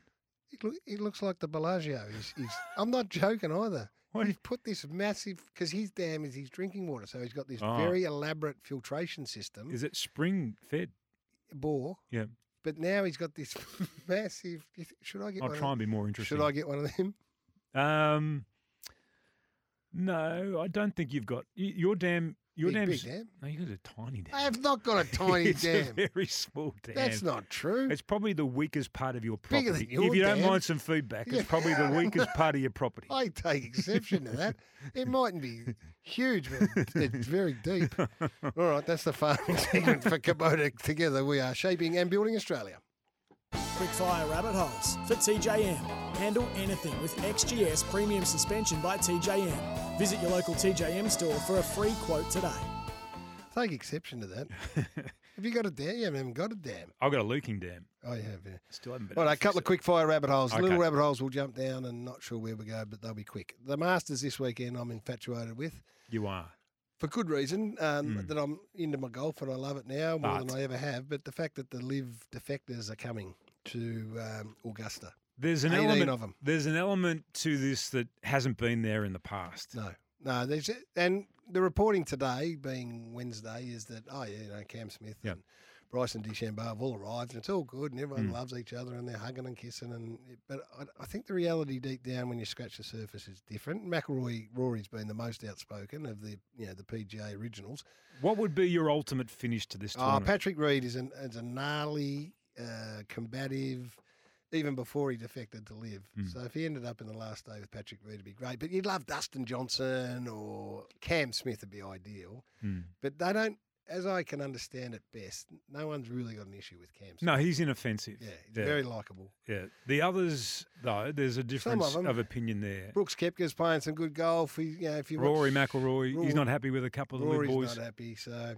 Speaker 2: It, loo- it looks like the Bellagio. He's, he's, I'm not joking either.
Speaker 3: [LAUGHS] What
Speaker 2: He's put this massive because his dam is his drinking water, so he's got this
Speaker 3: Ah.
Speaker 2: very elaborate filtration system
Speaker 3: Is it spring fed?
Speaker 2: bore.
Speaker 3: Yeah.
Speaker 2: But now he's got this [LAUGHS] massive. Should I get?
Speaker 3: I'll
Speaker 2: one
Speaker 3: try and
Speaker 2: of,
Speaker 3: be more
Speaker 2: Should
Speaker 3: interesting.
Speaker 2: I get one of
Speaker 3: [LAUGHS]
Speaker 2: them?
Speaker 3: Um, no, I don't think you've got y- your dam. Your
Speaker 2: Big-
Speaker 3: dam's
Speaker 2: big dam?
Speaker 3: No, you got a tiny dam.
Speaker 2: I
Speaker 3: [LAUGHS]
Speaker 2: have not got a tiny
Speaker 3: it's
Speaker 2: dam.
Speaker 3: A very small dam.
Speaker 2: That's not true.
Speaker 3: It's probably the weakest part of your property.
Speaker 2: Bigger than your
Speaker 3: if you don't
Speaker 2: dam.
Speaker 3: mind some feedback,
Speaker 2: Yeah.
Speaker 3: it's probably the weakest part of your property.
Speaker 2: [LAUGHS] [LAUGHS] I take exception to that. It mightn't be huge, but it's very
Speaker 3: [LAUGHS]
Speaker 2: deep. All right, that's the farming [LAUGHS] segment for Kubota. Together we are shaping and building Australia.
Speaker 1: Quickfire rabbit holes for TJM. Handle anything with XGS premium suspension by TJM. Visit your local TJM store for a free quote today.
Speaker 2: Take exception to that. have you got a dam? You haven't got a dam.
Speaker 3: I've got a leaking dam.
Speaker 2: I have. Yeah.
Speaker 3: Still haven't been.
Speaker 2: All
Speaker 3: able
Speaker 2: right,
Speaker 3: to
Speaker 2: a couple of
Speaker 3: fix it.
Speaker 2: quick fire rabbit holes. Little
Speaker 3: Okay.
Speaker 2: rabbit holes we'll jump down and not sure where we go, but they'll be quick. The Masters this weekend I'm infatuated with
Speaker 3: You are.
Speaker 2: for good reason um,
Speaker 3: Mm.
Speaker 2: that I'm into my golf and I love it now more than
Speaker 3: But-
Speaker 2: I ever have. But the fact that the live defectors are coming to um, Augusta.
Speaker 3: There's an
Speaker 2: 18
Speaker 3: element
Speaker 2: of 'em.
Speaker 3: There's an element to this that hasn't been there in the past.
Speaker 2: No, no. There's and the reporting today, being Wednesday, is that oh yeah, you know Cam Smith
Speaker 3: Yeah.
Speaker 2: and Bryson DeChambeau have all arrived and it's all good and everyone
Speaker 3: Mm.
Speaker 2: loves each other and they're hugging and kissing and but I, I think the reality deep down when you scratch the surface is different. McElroy Rory's been the most outspoken of the you know the PGA originals.
Speaker 3: What would be your ultimate finish to this
Speaker 2: Oh,
Speaker 3: tournament?
Speaker 2: Patrick Reed is an is a gnarly, uh, combative. Even before he defected to live,
Speaker 3: Mm.
Speaker 2: so if he ended up in the last day with Patrick Reed, it'd be great. But you'd love Dustin Johnson or Cam Smith would be ideal.
Speaker 3: Mm.
Speaker 2: But they don't, as I can understand it best, no one's really got an issue with Cam Smith.
Speaker 3: No, he's inoffensive.
Speaker 2: Yeah, he's very likable.
Speaker 3: Yeah. The others, though, there's a difference of,
Speaker 2: 'em.
Speaker 3: opinion there.
Speaker 2: Brooks Koepka's playing some good golf. He, you know, if you watch-
Speaker 3: Rory McIlroy,
Speaker 2: Rory-
Speaker 3: he's not happy with a couple of the
Speaker 2: Rory's
Speaker 3: boys.
Speaker 2: not happy. So,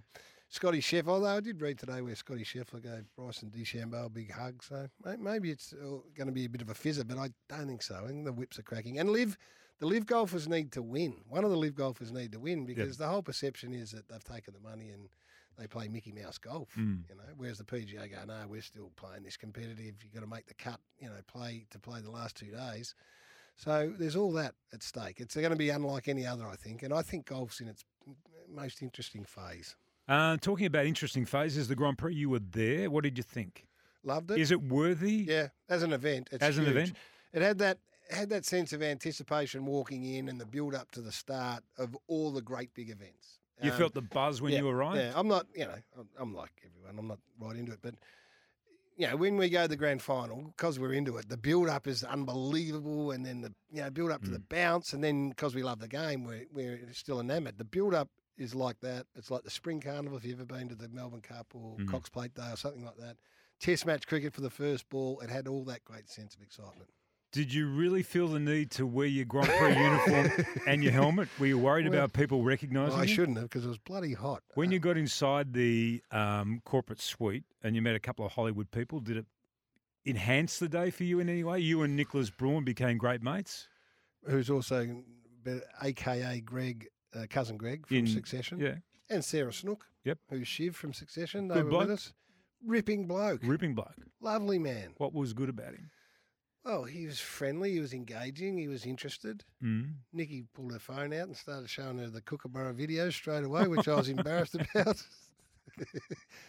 Speaker 2: Scotty Scheffler, although I did read today where Scotty Scheffler gave Bryson DeChambeau a big hug, so may- maybe it's going to be a bit of a fizzer, but I don't think so. I think the whips are cracking. And live, the live golfers need to win. One of the live golfers need to win because the whole perception is that they've taken the money and they play Mickey Mouse golf.
Speaker 3: Hmm.
Speaker 12: Mm.
Speaker 2: You know, whereas the PGA go, no, we're still playing this competitive. You've got to make the cut. You know, play to play the last two days. So there's all that at stake. It's going to be unlike any other, I think. And I think golf's in its most interesting phase.
Speaker 3: Uh, talking about interesting phases, the Grand Prix, you were there. What did you think?
Speaker 2: Loved it.
Speaker 3: Is it worthy?
Speaker 2: Yeah, as an event. It's
Speaker 3: As an
Speaker 2: huge.
Speaker 3: event?
Speaker 2: It had that had that sense of anticipation walking in and the build up to the start of all the great big events.
Speaker 3: You
Speaker 2: Um,
Speaker 3: felt the buzz when
Speaker 2: yeah,
Speaker 3: you arrived?
Speaker 2: Yeah, I'm not, you know, I'm, I'm like everyone. I'm not right into it, but you know, when we go to the grand final, because we're into it, the build up is unbelievable, and then the you know build up to the
Speaker 3: Mm.
Speaker 2: bounce, and then because we love the game, we're we're still enamoured. The build up is like that. It's like the spring carnival if you've ever been to the Melbourne Cup or
Speaker 3: Mhm.
Speaker 2: Cox Plate Day or something like that. Test match cricket for the first ball. It had all that great sense of excitement.
Speaker 3: Did you really feel the need to wear your Grand Prix
Speaker 2: [LAUGHS]
Speaker 3: uniform and your helmet? Were you worried
Speaker 2: Well,
Speaker 3: about people recognising
Speaker 2: I uh,
Speaker 3: you?
Speaker 2: shouldn't have because it was bloody hot.
Speaker 3: When you got inside the um, corporate suite and you met a couple of Hollywood people, did it enhance the day for you in any way? You and Nicholas Braun became great mates.
Speaker 2: Who's also AKA Greg, uh, cousin Greg from
Speaker 3: In-
Speaker 2: Succession.
Speaker 3: yeah.
Speaker 2: And Sarah Snook.
Speaker 3: Yep.
Speaker 2: Who's Shiv from Succession. They
Speaker 3: Good
Speaker 2: were
Speaker 3: bloke.
Speaker 2: with us. Ripping bloke.
Speaker 3: Ripping bloke.
Speaker 2: Lovely man.
Speaker 3: What was good about him?
Speaker 2: Oh, he was friendly. He was engaging. He was interested.
Speaker 3: Mm.
Speaker 2: Nikki pulled her phone out and started showing her the Kookaburra video straight away, which
Speaker 3: [LAUGHS]
Speaker 2: I was embarrassed about. [LAUGHS]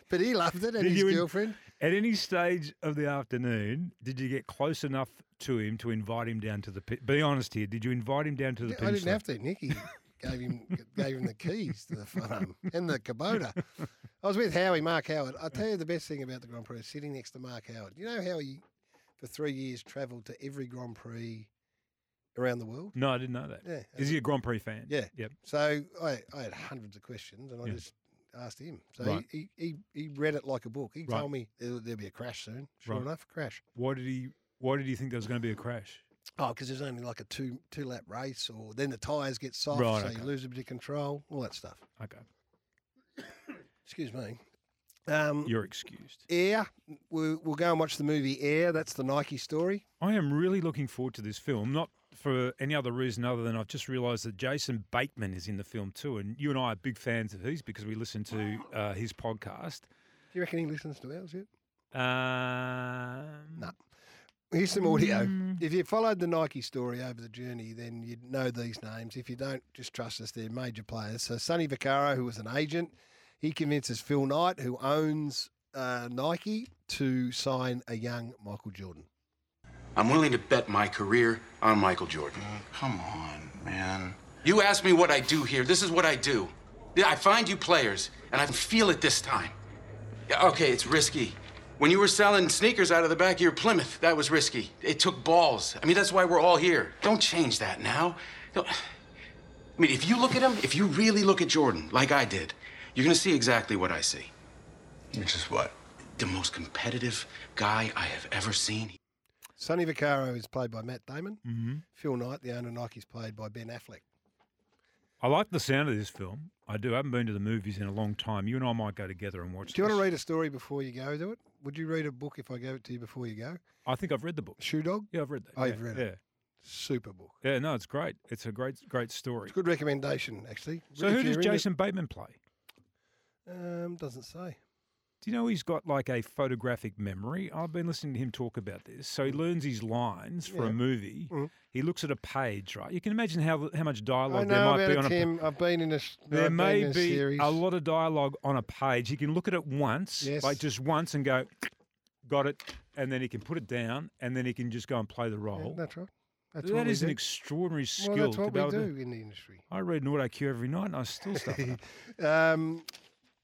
Speaker 2: but he loved it and
Speaker 3: Did
Speaker 2: his
Speaker 3: you en-
Speaker 2: girlfriend.
Speaker 3: At any stage of the afternoon, did you get close enough to him to invite him down to the? pe- Be honest here. Did you invite him down to the?
Speaker 2: I didn't
Speaker 3: peninsula?
Speaker 2: have to. Nikki gave him gave him the keys to the farm [LAUGHS] and the Kubota. I was with Howie, Mark Howard. I tell you the best thing about the Grand Prix is sitting next to Mark Howard. You know how he, for three years, travelled to every Grand Prix around the world.
Speaker 3: No, I didn't know that. Is
Speaker 2: Yeah.
Speaker 3: he a Grand Prix fan?
Speaker 2: Yeah.
Speaker 3: Yep.
Speaker 2: So I, I had hundreds of questions and I
Speaker 3: Yeah.
Speaker 2: just asked him. So
Speaker 3: Right.
Speaker 2: he, he, he he read it like a book. He
Speaker 3: Right.
Speaker 2: told me there'll, there'll be a crash soon. Sure
Speaker 3: Right.
Speaker 2: enough, crash.
Speaker 3: Why did he? Why did he think there was going to be a crash?
Speaker 2: Oh, because there's only like a two two lap race, or then the tyres get soft,
Speaker 3: Right,
Speaker 2: so
Speaker 3: okay.
Speaker 2: you lose a bit of control, all that stuff.
Speaker 3: Okay.
Speaker 2: Excuse me. Um,
Speaker 3: You're excused.
Speaker 2: Air. We'll, we'll go and watch the movie Air. That's the Nike story.
Speaker 3: I am really looking forward to this film, not for any other reason other than I've just realised that Jason Bateman is in the film too, and you and I are big fans of his because we listen to uh, his podcast.
Speaker 2: Do you reckon he listens to ours yet?
Speaker 3: Um,
Speaker 2: no. Here's some audio. If you followed the Nike story over the journey, then you'd know these names. If you don't, just trust us. They're major players. So Sonny Vaccaro, who was an agent, he convinces Phil Knight, who owns uh, Nike, to sign a young Michael Jordan.
Speaker 13: I'm willing to bet my career on Michael Jordan. Uh, come on, man. You ask me what I do here. This is what I do. Yeah, I find you players, and I feel it this time. Yeah, Okay, it's risky. When you were selling sneakers out of the back of your Plymouth, that was risky. It took balls. I mean, that's why we're all here. Don't change that now. Don't- I mean, if you look at him, if you really look at Jordan like I did, you're gonna see exactly what I see. Which is what? The most competitive guy I have ever seen.
Speaker 2: Sonny Vaccaro is played by Matt Damon.
Speaker 3: Mhm.
Speaker 2: Phil Knight, the owner of Nike, is played by Ben Affleck.
Speaker 3: I like the sound of this film. I do. I haven't been to the movies in a long time. You and I might go together and watch.
Speaker 2: Do you want
Speaker 3: this.
Speaker 2: to read a story before you go to it? Would you read a book if I gave it to you before you go?
Speaker 3: I think I've read the book.
Speaker 2: Shoe Dog?
Speaker 3: Yeah, I've read that.
Speaker 2: Oh,
Speaker 3: yeah,
Speaker 2: you've read
Speaker 3: yeah.
Speaker 2: it. Super book.
Speaker 3: Yeah, no, it's great. It's a great, great story.
Speaker 2: It's a good recommendation, actually.
Speaker 3: So,
Speaker 2: If
Speaker 3: who does
Speaker 2: you're into-
Speaker 3: Jason Bateman play?
Speaker 2: Um, doesn't say.
Speaker 3: Do you know he's got like a photographic memory? I've been listening to him talk about this. So he learns his lines
Speaker 2: Mm.
Speaker 3: for
Speaker 2: Yeah. Mm.
Speaker 3: a movie. He looks at a page, right? You can imagine how how much
Speaker 2: I
Speaker 3: dialogue Oh, there
Speaker 2: know
Speaker 3: might
Speaker 2: about
Speaker 3: be
Speaker 2: it,
Speaker 3: on a
Speaker 2: Tim. I've been in a s-
Speaker 3: There
Speaker 2: I've been
Speaker 3: may
Speaker 2: in a
Speaker 3: be
Speaker 2: series.
Speaker 3: a lot of dialogue on a page. He can look at it once,
Speaker 2: Yes.
Speaker 3: like just once, and go, "Got it," and then he can put it down, and then he can just go and play the
Speaker 2: Yeah,
Speaker 3: role.
Speaker 2: that's right. That's
Speaker 3: That
Speaker 2: what we
Speaker 3: is an
Speaker 2: do.
Speaker 3: extraordinary skill.
Speaker 2: Well, that's
Speaker 3: to
Speaker 2: what
Speaker 3: be
Speaker 2: we
Speaker 3: able to-
Speaker 2: do in the industry.
Speaker 3: I read an auto cue every night, and I still stuff
Speaker 2: [LAUGHS]
Speaker 3: it up.
Speaker 2: Um,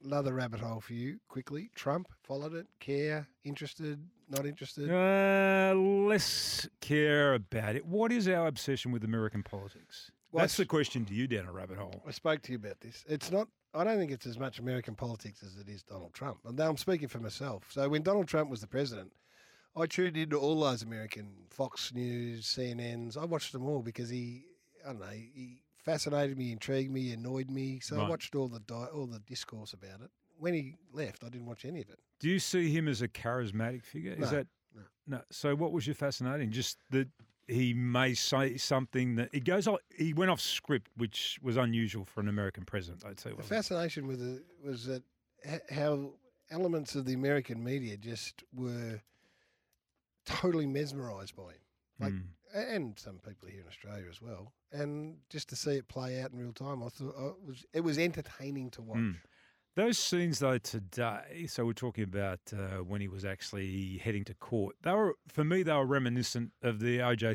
Speaker 2: another rabbit hole for you quickly. Trump followed it. Care, interested, not interested.
Speaker 3: Uh, less care about it. What is our obsession with American politics?
Speaker 2: Well,
Speaker 3: That's
Speaker 2: it's-
Speaker 3: the question to you down a rabbit hole.
Speaker 2: I spoke to you about this. It's not. I don't think it's as much American politics as it is Donald Trump. And now I'm speaking for myself. So when Donald Trump was the president, I tuned into all those American Fox News, CNNs. I watched them all because he, I don't know, he fascinated me, intrigued me, annoyed me. So I
Speaker 12: Right.
Speaker 2: watched all the di- all the discourse about it. when he left, I didn't watch any of it.
Speaker 3: Do you see him as a charismatic figure?
Speaker 2: No,
Speaker 3: Is that no. So what was your fascinating? Just that he may say something that he goes off. He went off script, which was unusual for an American president. I'd say.
Speaker 2: The
Speaker 3: wasn't it?
Speaker 2: fascination with it was that h- how elements of the American media just were totally mesmerised by him, like,
Speaker 3: Mm.
Speaker 2: a- and some people here in Australia as well. And just to see it play out in real time, I thought I it was it was entertaining to watch.
Speaker 3: Mm. Those scenes, though, today. So we're talking about uh, when he was actually heading to court. They were, for me, they were reminiscent of the O.J.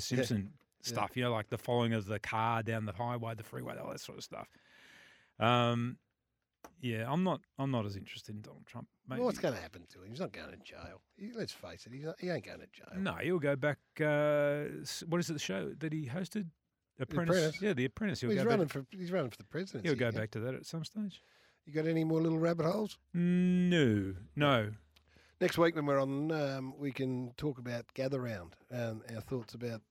Speaker 2: Yeah.
Speaker 3: Simpson stuff. You know, like the following of the car down the highway, the freeway, all that sort of stuff. Um, yeah, I'm not. I'm not as interested in Donald Trump. Mate.
Speaker 2: Well, what's going to happen to him? He's not going to jail. He, let's face it, he's not, he ain't going to jail.
Speaker 3: No, he'll go back. Uh, s- what is it? The show that he hosted, Apprentice.
Speaker 2: Apprentice.
Speaker 3: Yeah, The Apprentice. He'll
Speaker 2: Well,
Speaker 3: go
Speaker 2: he's
Speaker 3: back-
Speaker 2: running for he's running for the presidency.
Speaker 3: He'll go
Speaker 2: again.
Speaker 3: back to that at some stage.
Speaker 2: You got any more little rabbit holes?
Speaker 3: No, no.
Speaker 2: Next week, when we're on, um, we can talk about Gather Round and our thoughts about.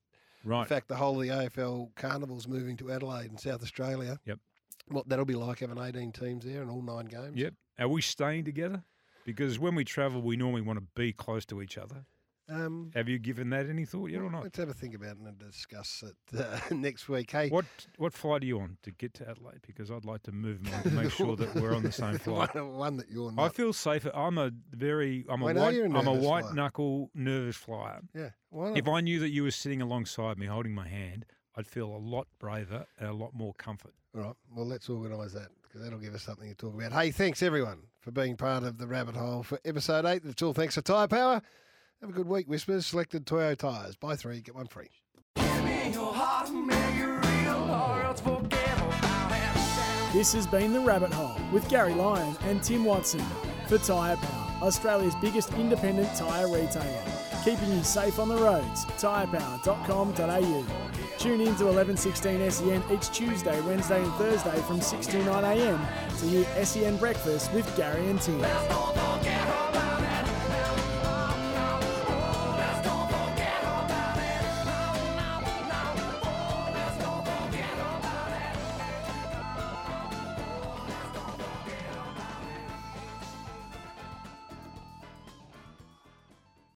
Speaker 3: Right.
Speaker 2: In fact, the whole of the AFL carnival's moving to Adelaide in South Australia.
Speaker 3: Yep.
Speaker 2: What that'll be like having 18 teams there and all nine games.
Speaker 3: Yep. Are we staying together? Because when we travel, we normally want to be close to each other.
Speaker 2: Um,
Speaker 3: Have you given that any thought yet or not?
Speaker 2: Let's have a think about it and discuss it uh, [LAUGHS] next week. Hey,
Speaker 3: What what flight are you on to get to Adelaide? Because I'd like to move mine to make sure that we're on
Speaker 2: [LAUGHS]
Speaker 3: the same flight.
Speaker 2: one, one that you're
Speaker 3: I
Speaker 2: not.
Speaker 3: feel safer. I'm a very I'm a
Speaker 2: I know
Speaker 3: white
Speaker 2: you're a
Speaker 3: I'm a
Speaker 2: nervous
Speaker 3: white
Speaker 2: flyer.
Speaker 3: knuckle nervous flyer.
Speaker 2: yeah. Why not?
Speaker 3: If I knew that you were sitting alongside me holding my hand, I'd feel a lot braver and a lot more comfort.
Speaker 2: All right. Well, let's organise that because that'll give us something to talk about. Hey, thanks everyone for being part of the rabbit hole for episode eight. That's all thanks to Tyre Power. Have a good week, Whispers. Selected Toyo tyres. Buy three, get one free.
Speaker 1: This has been The Rabbit Hole with Gary Lyon and Tim Watson for Tyre Power, Australia's biggest independent tyre retailer. Keeping you safe on the roads, tyrepower.com.au. Tune in to 11.16 SEN E each Tuesday, E Wednesday and Thursday from 6 to 9am to hear SEN Breakfast with Gary and Tim.